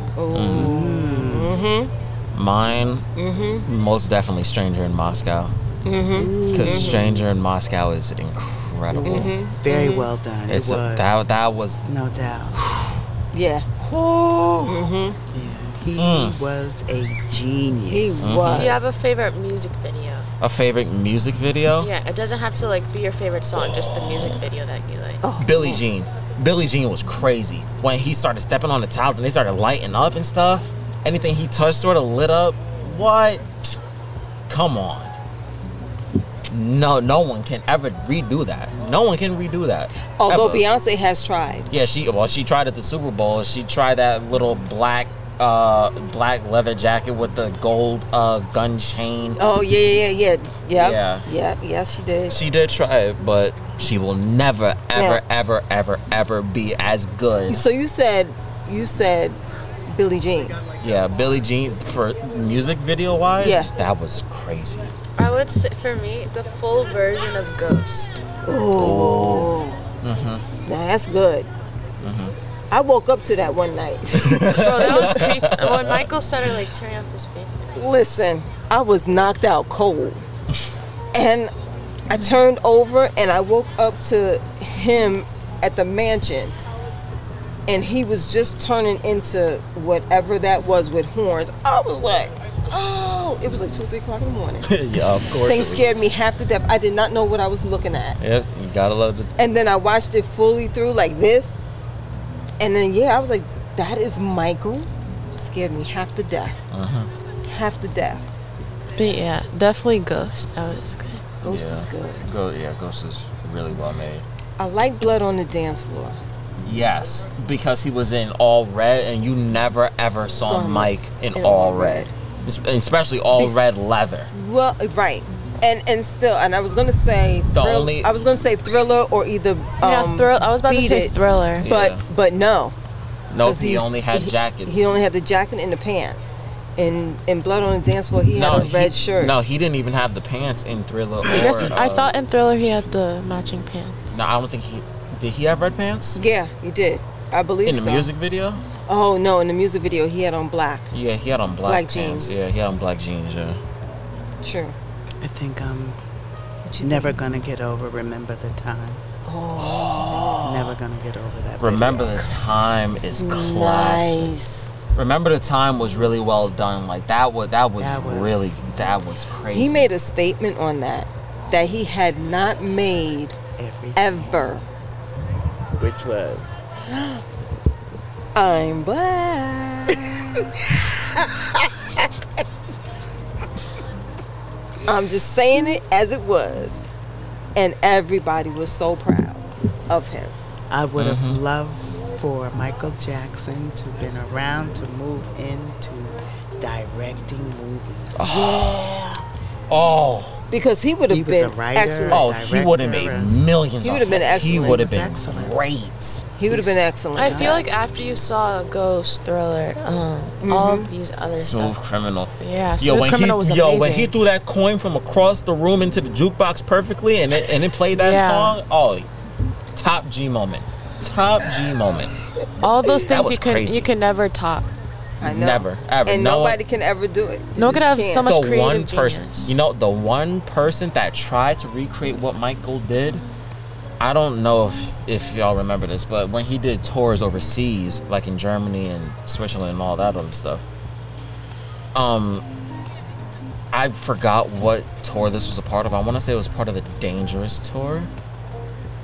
S1: Oh. hmm
S2: Mine,
S1: hmm
S2: most definitely Stranger in Moscow.
S1: hmm
S2: Because Stranger in Moscow is incredible.
S3: Mm-hmm. Very
S1: Mm-hmm.
S3: well done.
S2: It's
S3: it
S2: a,
S3: was.
S2: that, that was.
S3: no doubt.
S1: Yeah. hmm
S3: Yeah. He
S2: Mm.
S3: was a
S1: He
S3: genius.
S1: was.
S4: Mm-hmm. Do you have a favorite music video?
S2: A favorite music video?
S4: Yeah, it doesn't have to like be your favorite song, just the music video that you like.
S1: Oh,
S2: Billie Jean. Billie Jean was crazy. When he started stepping on the tiles and they started lighting up and stuff, anything he touched sort of lit up. What? Come on. No, no one can ever redo that. No one can redo that.
S1: Although
S2: Ever.
S1: Beyonce has tried.
S2: Yeah, she well, she tried at the Super Bowl. She tried that little black uh black leather jacket with the gold uh gun chain.
S1: Oh yeah, yeah, yeah, yeah, yeah,
S2: Yeah.
S1: yeah, yeah. She did.
S2: She did try it, but she will never, ever,
S1: Yeah.
S2: ever, ever, ever be as good.
S1: So you said, you said, Billie Jean.
S2: Yeah, Billie Jean for music video wise,
S1: Yeah.
S2: that was crazy.
S4: I would say for me, the full version of Ghost.
S1: Oh,
S2: Mm-hmm.
S1: now that's good. I woke up to that one night.
S4: Bro, that was creepy. When Michael started like tearing up his face.
S1: Listen, I was knocked out cold, and I turned over and I woke up to him at the mansion, and he was just turning into whatever that was with horns. I was like, oh, it was like two, three o'clock in the morning.
S2: yeah, of course.
S1: Things
S2: it was-
S1: scared me half to death. I did not know what I was looking at.
S2: Yep, you gotta love the
S1: And then I watched it fully through like this. And then yeah, I was like, that is Michael. Scared me half to death.
S2: Uh-huh.
S1: Half to death.
S4: But yeah, definitely Ghost. That was good.
S1: Ghost is
S2: Yeah.
S1: good.
S2: Go yeah, Ghost is really well made.
S1: I like blood on the dance floor.
S2: Yes, because he was in all red, and you never ever saw
S1: Saw him
S2: Mike in, all red, Es- especially all red leather.
S1: Well, right. And and still, and I was gonna say
S2: The
S1: Thrill-
S2: only-
S1: I was gonna say thriller or either um,
S4: yeah, thrill. I was about to
S1: Beat
S4: say
S1: It,
S4: Thriller.
S1: but
S2: Yeah.
S1: but no.
S2: No,
S1: 'cause
S2: he
S1: was-
S2: only had
S1: he-
S2: jackets.
S1: He only had the jacket and the pants. And in blood on the dance floor, he had a
S2: he-
S1: red shirt.
S2: No, he didn't even have the pants in Thriller. Or,
S4: I guess I
S2: uh,
S4: thought in Thriller he had the matching pants.
S2: No, I don't think he did. He have red pants
S1: Yeah, he did. I believe
S2: in the
S1: so.
S2: music video.
S1: Oh no, in the music video he had on black.
S2: Yeah, he had on black,
S1: Black jeans.
S2: pants. Yeah, he had on black jeans. Yeah.
S1: True.
S3: I think I'm
S1: What you think?
S3: never going to get over Remember the Time. Oh. Never going to get over that. video.
S2: Remember the time is classic.
S1: Nice.
S2: Remember the time was really well done. Like that was that was,
S3: That was-
S2: really that was crazy.
S1: He made a statement on that that he had not made
S3: Everything.
S1: ever.
S3: Which was.
S1: I'm black. I'm just saying it as it was. And everybody was so proud of him.
S3: I would have
S2: Mm-hmm.
S3: loved for Michael Jackson to have been around to move into directing movies.
S2: oh.
S1: Because he would
S3: He
S1: have
S3: was a
S1: been
S3: writer.
S1: excellent.
S2: Oh, he
S3: director
S2: would have made
S3: and-
S2: millions.
S1: He
S2: off
S1: would've been
S2: it.
S1: excellent.
S2: He would have
S3: He was
S2: been
S3: excellent.
S2: great.
S1: he would have been excellent.
S4: I feel like after you saw Ghost, Thriller, um, all of these other
S2: Smooth
S4: stuff.
S2: criminal.
S4: Yeah,
S2: Yo,
S4: Smooth
S2: when he
S4: Criminal was
S2: yo
S4: amazing.
S2: when he threw that coin from across the room into the jukebox perfectly, and it, and it played that
S4: Yeah.
S2: song. Oh, top G moment. Top G moment.
S4: all those
S2: That
S4: things
S2: was
S4: you can
S2: crazy.
S4: you can never top.
S1: I know.
S2: Never, ever.
S1: And
S2: No one-
S1: nobody can ever do it.
S4: No one could
S1: Just
S4: have
S1: can't.
S4: so much-
S2: The
S4: creative
S2: one person,
S4: genius.
S2: you know, the one person that tried to recreate what Michael did. I don't know if if y'all remember this, but when he did tours overseas, like in Germany and Switzerland and all that other stuff, um, I forgot what tour this was a part of. I want to say it was part of the Dangerous tour.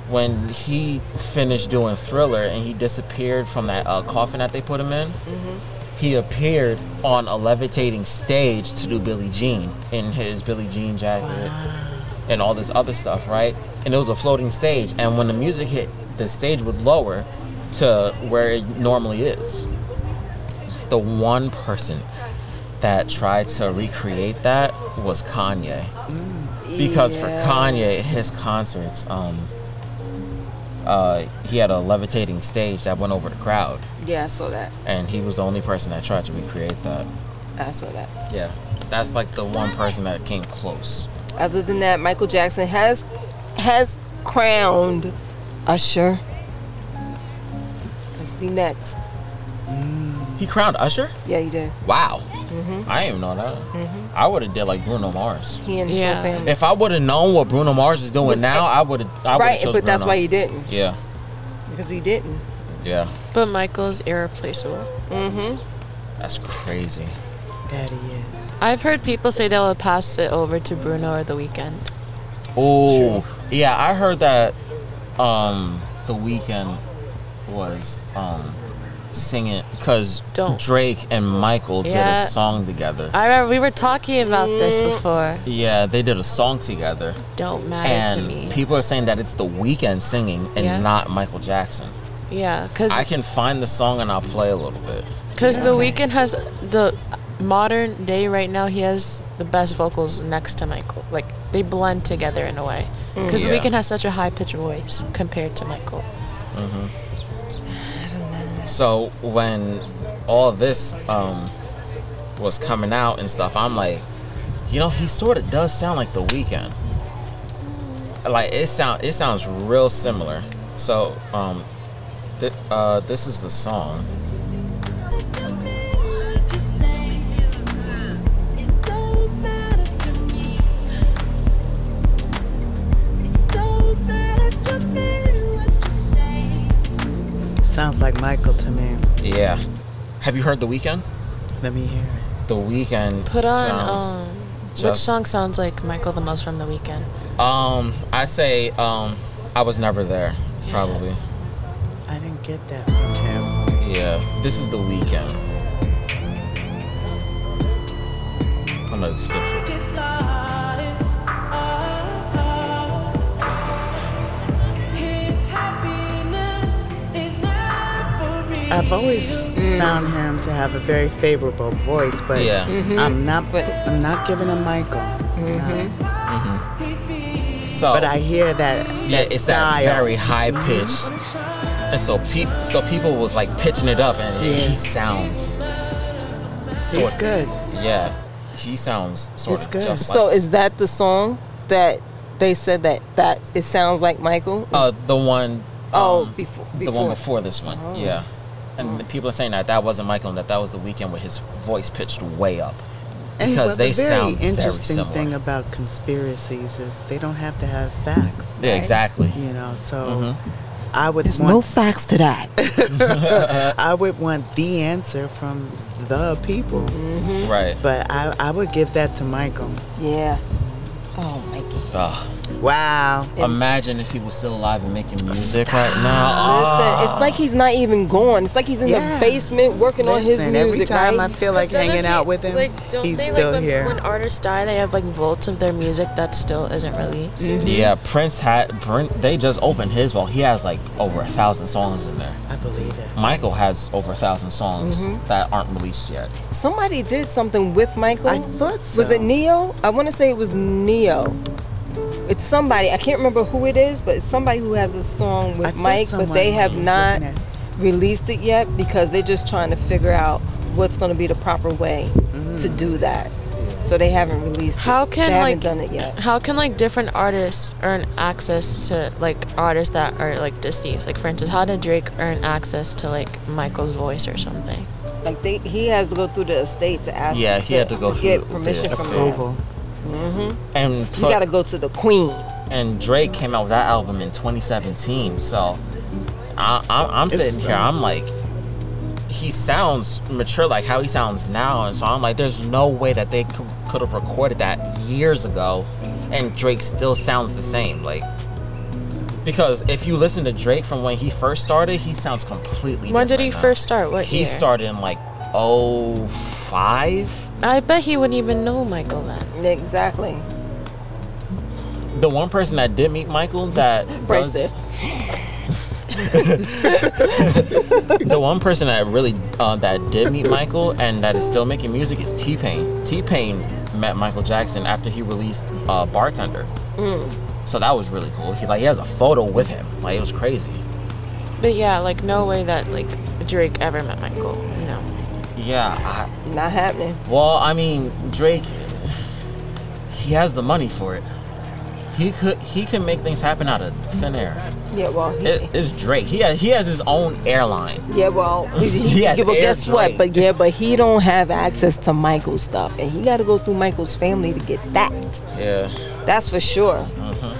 S2: When he finished doing Thriller and he disappeared from that uh, coffin that they put him in, he appeared on a levitating stage to do Billie Jean in his Billie Jean jacket and all this other stuff, right? And it was a floating stage. And when the music hit, the stage would lower to where it normally is. the one person that tried to recreate that was Kanye. Because for Kanye, his concerts, um, uh, he had a levitating stage that went over the crowd,
S1: Yeah, I saw that.
S2: and he was the only person that tried to recreate that.
S1: I saw that.
S2: Yeah, that's like the one person that came close.
S1: Other than that, Michael Jackson has has crowned Usher as the next.
S2: He crowned Usher.
S1: Yeah, he did.
S2: Wow,
S1: Mm-hmm.
S2: I didn't even know that. I would have did like Bruno Mars.
S1: He and
S4: Yeah.
S1: his whole family.
S2: If I would have known what Bruno Mars is doing
S1: Was-
S2: now, I would have. I would
S1: right,
S2: chose
S1: but that's
S2: Bruno.
S1: why he didn't
S2: Yeah,
S1: because he didn't.
S2: yeah,
S4: But Michael's irreplaceable.
S1: Mm-hmm.
S2: that's crazy.
S3: That he is.
S4: I've heard people say they will pass it over to Bruno or The Weekend.
S2: Oh, yeah, I heard that. Um, the weekend was um singing because
S4: Don't.
S2: Drake and Michael did
S4: Yeah.
S2: a song together.
S4: I remember we were talking about this before.
S2: yeah, they did a song together,
S4: Don't matter to me.
S2: and people are saying that it's the weekend singing and
S4: Yeah.
S2: not Michael Jackson.
S4: yeah, because
S2: I can find the song and I'll play a little bit.
S4: Because The Weeknd has the modern day right now, he has the best vocals next to Michael. Like they blend together in a way.
S3: Mm.
S4: Because
S2: Yeah.
S4: The Weeknd has such a high pitched voice compared to Michael.
S2: So when all this um was coming out and stuff, I'm like, you know, he sort of does sound like The Weeknd. Like it sound it sounds real similar. So um th- uh this is the song.
S3: Sounds like Michael to me.
S2: Yeah. Have you heard The Weeknd?
S3: Let me hear it.
S2: The Weeknd
S4: Put on
S2: sounds
S4: um, which
S2: just-
S4: song sounds like Michael the most from The Weeknd?
S2: um I'd say um I was never there probably.
S3: I didn't get that from him.
S2: Yeah, this is the weekend. I'm gonna skip it.
S3: I've always found him to have a very favorable voice, but
S2: Yeah.
S3: I'm not.
S1: But-
S3: I'm not giving him Michael. I'm not.
S2: So,
S3: But I hear that.
S2: Oh. yeah,
S3: that
S2: it's that
S3: style.
S2: very high pitch, and so pe- so people was like pitching it up, and he
S3: Yeah.
S2: sounds.
S3: He's
S2: sort-
S3: good.
S2: Yeah, he sounds sort
S3: He's
S2: of
S3: good.
S2: just like.
S1: So is that the song that they said that that it sounds like Michael?
S2: uh, the one.
S1: oh,
S2: um,
S1: before,
S2: the
S1: before Oh.
S2: one before this one. Yeah, and people are saying that that wasn't Michael, and that that was the weekend with his voice pitched way up.
S3: And
S2: Because
S3: what the
S2: they
S3: very
S2: sound very
S3: interesting
S2: similar.
S3: thing about conspiracies is they don't have to have facts.
S2: Yeah, Mm-hmm. exactly.
S3: You know, so I would want uh,
S1: facts to that.
S3: I would want the answer from the people.
S2: Mm-hmm.
S1: Mm-hmm.
S2: Right.
S3: But I, I would give that to Michael.
S1: yeah. Oh, Mikey.
S2: Ugh.
S3: Wow.
S2: Imagine if he was still alive and making music right now. Ah.
S1: Listen, it's like he's not even gone. It's like he's in
S3: Yeah.
S1: the basement working on his
S3: Listen,
S1: music.
S3: every time
S1: right?
S3: I feel like hanging out with him,
S4: Like, don't
S3: he's
S4: they
S3: still
S4: like when,
S3: here.
S4: when artists die, they have like vaults of their music that still isn't released.
S3: Mm-hmm.
S2: Yeah, Prince had Prin They just opened his vault. He has like over a thousand songs in there.
S3: I believe it.
S2: Michael has over a thousand songs
S1: Mm-hmm.
S2: that aren't released yet.
S1: Somebody did something with Michael.
S3: I thought so.
S1: Oh. Was it Neo? I want to say it was Neo. It's somebody. I can't remember who it is, but it's somebody who has a song
S3: I
S1: with
S3: think
S1: Mike, but they
S3: someone
S1: have
S3: was
S1: not
S3: looking
S1: released it yet because they're just trying to figure out what's going to be the proper way to
S3: Mm.
S1: do that. So they haven't released it.
S4: How can
S1: they
S4: like
S1: haven't done it yet?
S4: how can like different artists earn access to like artists that are like deceased? Like for instance, how did Drake earn access to like Michael's voice or something?
S1: Like they, he has to go through the estate to ask.
S2: Yeah,
S1: them
S2: he had to go through
S1: get
S2: the
S1: permission from them.
S2: estate.
S3: Oval.
S2: And
S1: You
S2: pl-
S1: got to go to the queen.
S2: and Drake came out with that album in 2017. So I, I, I'm sitting here. I'm like, he sounds mature, like how he sounds now. And so I'm like, there's no way that they could have recorded that years ago, and Drake still sounds the same. Like. Because if you listen to Drake from when he first started, he sounds completely
S4: When did
S2: different
S4: he
S2: now.
S4: first start? What
S2: He
S4: year?
S2: started in like oh five.
S4: I bet he wouldn't even know Michael then.
S1: Exactly.
S2: The one person that did meet Michael that does-
S1: Brace it.
S2: the one person that really uh, that did meet Michael and that is still making music is T Pain. T Pain met Michael Jackson after he released uh, Bartender. So that was really cool. He like he has a photo with him. Like it was crazy.
S4: But yeah, like no way that like Drake ever met Michael. No.
S2: Yeah. I,
S1: Not happening.
S2: well, I mean Drake, he has the money for it. He could he can make things happen out of thin air.
S1: Yeah, well, he,
S2: It, it's Drake. He has, he has his own airline.
S1: yeah, well, he,
S2: He has
S1: yeah, but
S2: air
S1: guess what?
S2: Drake.
S1: But yeah, but he don't have access to Michael's stuff, and he got to go through Michael's family to get that.
S2: Yeah.
S1: That's for sure.
S2: Uh-huh.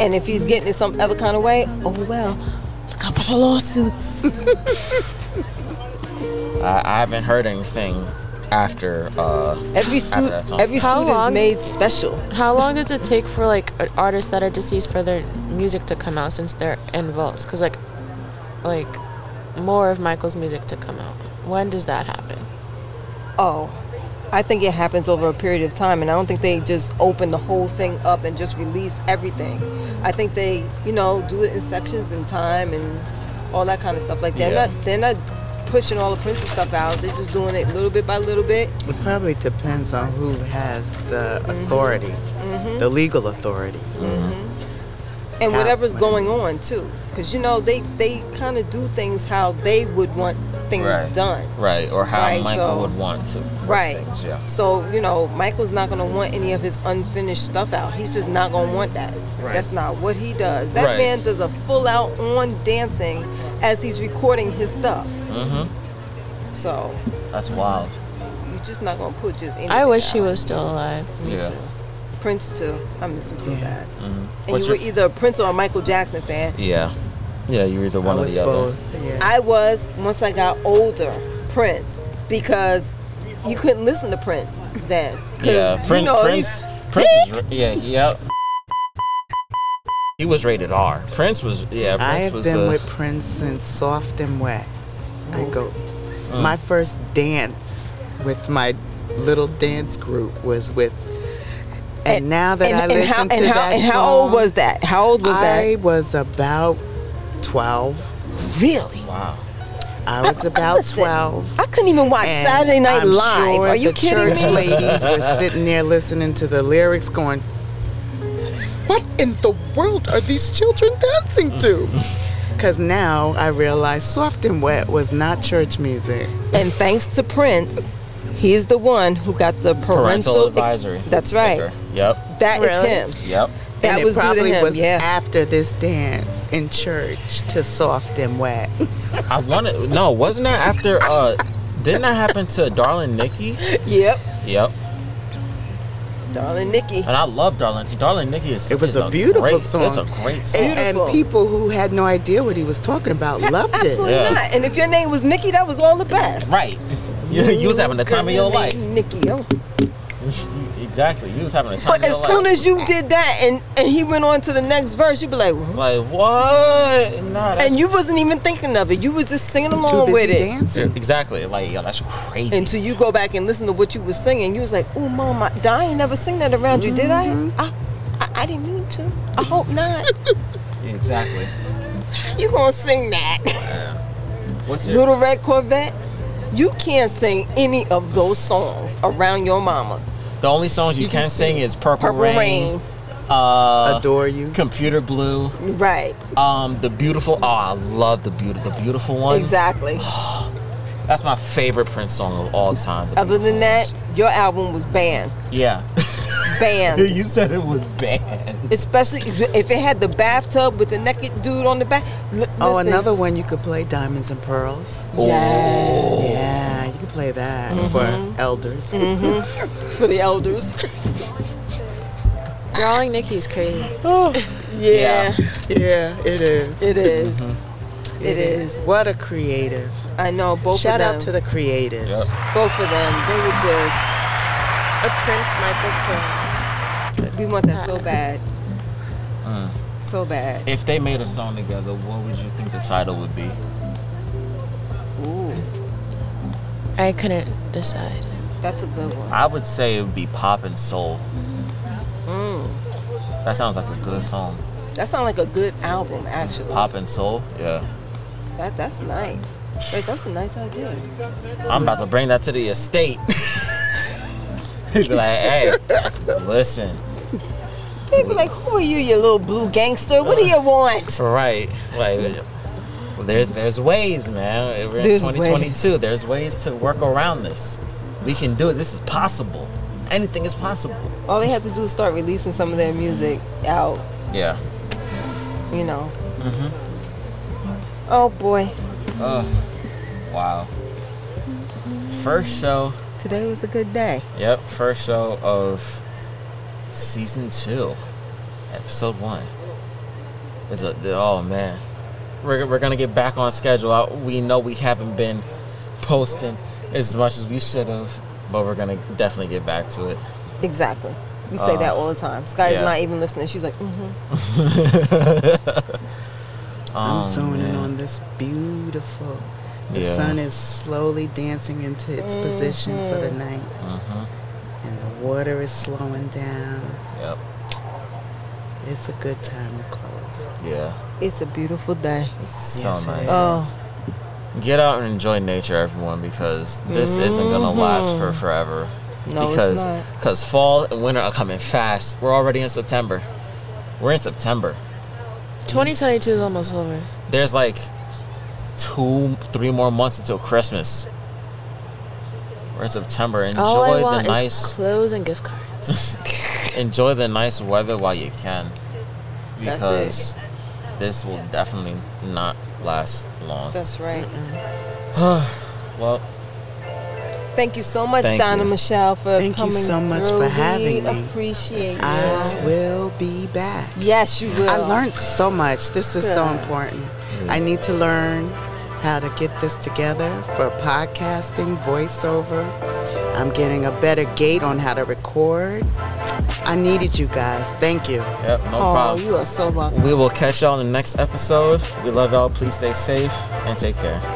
S1: And if he's getting it some other kind of way, oh well. Look out for the lawsuits.
S2: I, I haven't heard anything after. Uh,
S1: every
S2: after
S1: suit,
S2: that song.
S1: every
S4: How
S1: suit is
S4: long-
S1: made special.
S4: How long does it take for like a- artists that are deceased for their music to come out since they're involved? Because like, like more of Michael's music to come out. When does that happen?
S1: Oh, I think it happens over a period of time, and I don't think they just open the whole thing up and just release everything. I think they, you know, do it in sections and time and all that kind of stuff. Like they're
S2: Yeah.
S1: not, they're not pushing all the Prince's stuff out. They're just doing it little bit by little bit.
S3: It probably depends on who has the
S1: Mm-hmm.
S3: authority, the legal authority.
S1: and
S3: Yeah.
S1: whatever's going on too because you know they they kind of do things how they would want things
S2: Right.
S1: done
S2: Right, or how
S1: Right,
S2: Michael
S1: so-
S2: would want to. work
S1: right
S2: Things, yeah.
S1: so you know michael's not going to want any of his unfinished stuff out he's just not going to want that
S2: Right.
S1: that's not what he does that
S2: Right.
S1: man does a full out on dancing as he's recording his stuff
S2: Mm-hmm.
S1: so
S2: That's wild.
S1: you're just not going to put just anything
S4: I wish
S1: out.
S4: he was still alive.
S1: Me
S2: Yeah.
S1: too. prince too i miss him so bad
S2: Mm-hmm.
S1: and you were either a prince or a michael jackson fan
S2: yeah, yeah. You're either one
S3: I
S2: or
S3: was
S2: the other.
S3: both. Yeah.
S1: I was once I got older, Prince, because you couldn't listen to Prince then. 'Cause,
S2: Yeah,
S1: you
S2: Prin-
S1: know, he-
S2: Prince. Prince. is ra- yeah, yeah. He was rated R. Prince was. Yeah, Prince
S3: I have
S2: was.
S3: been
S2: uh,
S3: with Prince since Soft and Wet. I go. My first dance with my little dance group was with. And, now that I listen
S1: how,
S3: to
S1: and how,
S3: that
S1: and how old
S3: song,
S1: was that? How old was
S3: I was about twelve.
S1: that? Really?
S2: wow.
S3: I was about
S1: listen,
S3: twelve.
S1: I couldn't even watch
S3: And
S1: Saturday Night
S3: I'm
S1: Live.
S3: sure
S1: Are you
S3: the
S1: kidding
S3: church
S1: me?
S3: ladies were sitting there listening to the lyrics, going, "What in the world are these children dancing to?" Because now I realize "Soft and Wet" was not church music.
S1: And thanks to Prince, he's the one who got the parental,
S2: Parental advisory.
S1: That's right.
S2: sticker. Yep.
S1: That is
S4: Really?
S1: him.
S2: Yep.
S1: That
S3: and
S1: was
S3: it
S1: due to
S3: probably
S1: him,
S3: was
S1: yeah.
S3: after this dance in church to "Soft and Wet."
S2: I wanted. No, wasn't that after? Uh, didn't that happen to Darling Nikki?
S1: Yep.
S2: Yep.
S1: Darling Nikki.
S2: And I love Darling. Darling Nikki is.
S3: It was
S2: is
S3: a beautiful
S2: great,
S3: song.
S2: It's a great song.
S3: And, and
S1: Beautiful.
S3: people who had no idea what he was talking about loved
S1: Absolutely
S2: Yeah.
S1: not. And if your name was Nikki, that was all the best.
S2: Right. You, you was having the time of your life.
S1: Nikki. oh.
S2: exactly. You was having the time
S1: But
S2: of your
S1: as soon
S2: life.
S1: as you did that and, and he went on to the next verse, you'd be like, "What?"
S2: like what? Nah, that's
S1: and you wasn't even thinking of it. You was just singing
S3: it. Too
S1: along with
S3: busy
S1: it.
S3: dancing.
S2: exactly like yo, that's crazy.
S1: Until you go back and listen to what you was singing, you was like, "Oh, mom, I, I ain't never sing that around you, did I? I, I? I didn't mean to. I hope not.
S2: exactly.
S1: you gonna sing that,
S2: What's your
S1: Little Red Corvette? You can't sing any of those songs around your mama.
S2: the only songs you, can, sing is Purple,
S1: Purple
S2: Rain,
S1: Rain.
S2: uh,
S3: Adore you.
S2: Computer Blue,
S1: Right?
S2: um, the beautiful. Oh, I love the beautiful, the beautiful ones.
S1: Exactly.
S2: That's my favorite Prince song of all time. The
S1: Other than
S2: Beautiful
S1: that,
S2: Ones.
S1: your album was banned.
S2: yeah.
S1: Banned.
S2: you said it was bad.
S1: especially if it had the bathtub with the naked dude on the back. L-
S3: Oh,
S1: listen.
S3: another one you could play "Diamonds and Pearls."
S2: Oh.
S1: yeah,
S3: Yeah, you can play that
S1: Mm-hmm.
S3: for elders.
S1: for the elders.
S4: Drawing Nikki's crazy.
S1: Yeah,
S3: Yeah, Mm-hmm. it is.
S1: it is. It is.
S3: What a creative.
S1: I know both
S3: Shout
S1: of them.
S3: out to the creatives.
S1: both of them. They were just.
S4: A Prince Michael
S1: We want that
S3: Uh.
S1: so bad. So bad.
S2: If they made a song together, what would you think the title would be?
S1: Ooh,
S4: King. I couldn't decide.
S1: that's a good one.
S2: I would say it would be Pop and Soul. That sounds like a good song.
S1: Mm. That sounds like a good album, actually.
S2: Pop and soul. Yeah.
S1: That, that's nice. Grace, that's a nice idea.
S2: I'm about to bring that to the estate. Be like, hey, listen.
S1: They be like, who are you, you little blue gangster? What do you want?
S2: Right. Like there's there's ways, man. We're in
S1: There's
S2: 2022.
S1: ways.
S2: There's ways to work around this. We can do it. This is possible. Anything is possible.
S1: All they have to do is start releasing some of their music out,
S2: Yeah.
S1: you know. Oh boy,
S2: Wow. First show.
S1: today was a good day.
S2: Yep. First show of season two, episode one. It's a oh man. We're we're gonna get back on schedule. I- We know we haven't been posting as much as we should have, but we're gonna definitely get back to it.
S1: Exactly. We say
S2: Uh,
S1: that all the time. Sky's
S2: yeah.
S1: not even listening. She's like, mm-hmm.
S2: Oh,
S3: I'm zoning
S2: man.
S3: on this beautiful. The
S2: Um, Yeah.
S3: sun is slowly dancing into its position for the
S1: Mm-hmm.
S3: night,
S2: Mhm.
S3: and the water is slowing down.
S2: Yep.
S3: It's a good time to close.
S2: Yeah.
S1: it's a beautiful day.
S2: It's so
S3: Yes, it
S2: nice.
S3: is.
S1: Oh,
S2: Get out and enjoy nature, everyone, because this isn't gonna last for forever.
S1: Mm-hmm. No, it's
S2: because,
S1: not.
S2: Because fall and winter are coming fast. We're already in September. We're in September.
S4: 2022 is almost over.
S2: There's like two, three more months until Christmas. We're in September. Enjoy
S4: All I
S2: the
S4: want is
S2: nice,
S4: clothes and gift cards.
S2: enjoy the nice weather while you can,
S1: That's it.
S2: because this will definitely not last long.
S1: that's right.
S2: well,
S1: Thank you so much,
S2: Thank
S1: Donna
S2: you.
S1: Michelle, for
S3: Thank you
S1: coming.
S3: so much
S1: through.
S3: for having
S1: we
S3: me.
S1: Appreciate you.
S3: I will be back.
S1: Yes, you will.
S3: I learned so much. This is so
S1: Good.
S3: important. I need to learn how to get this together for podcasting, voiceover. I'm getting a better gate on how to record. I needed you guys. Thank you.
S2: yep, no
S1: Oh,
S2: problem.
S1: you are so welcome.
S2: We will catch y'all in the next episode. We love y'all. Please stay safe and take care.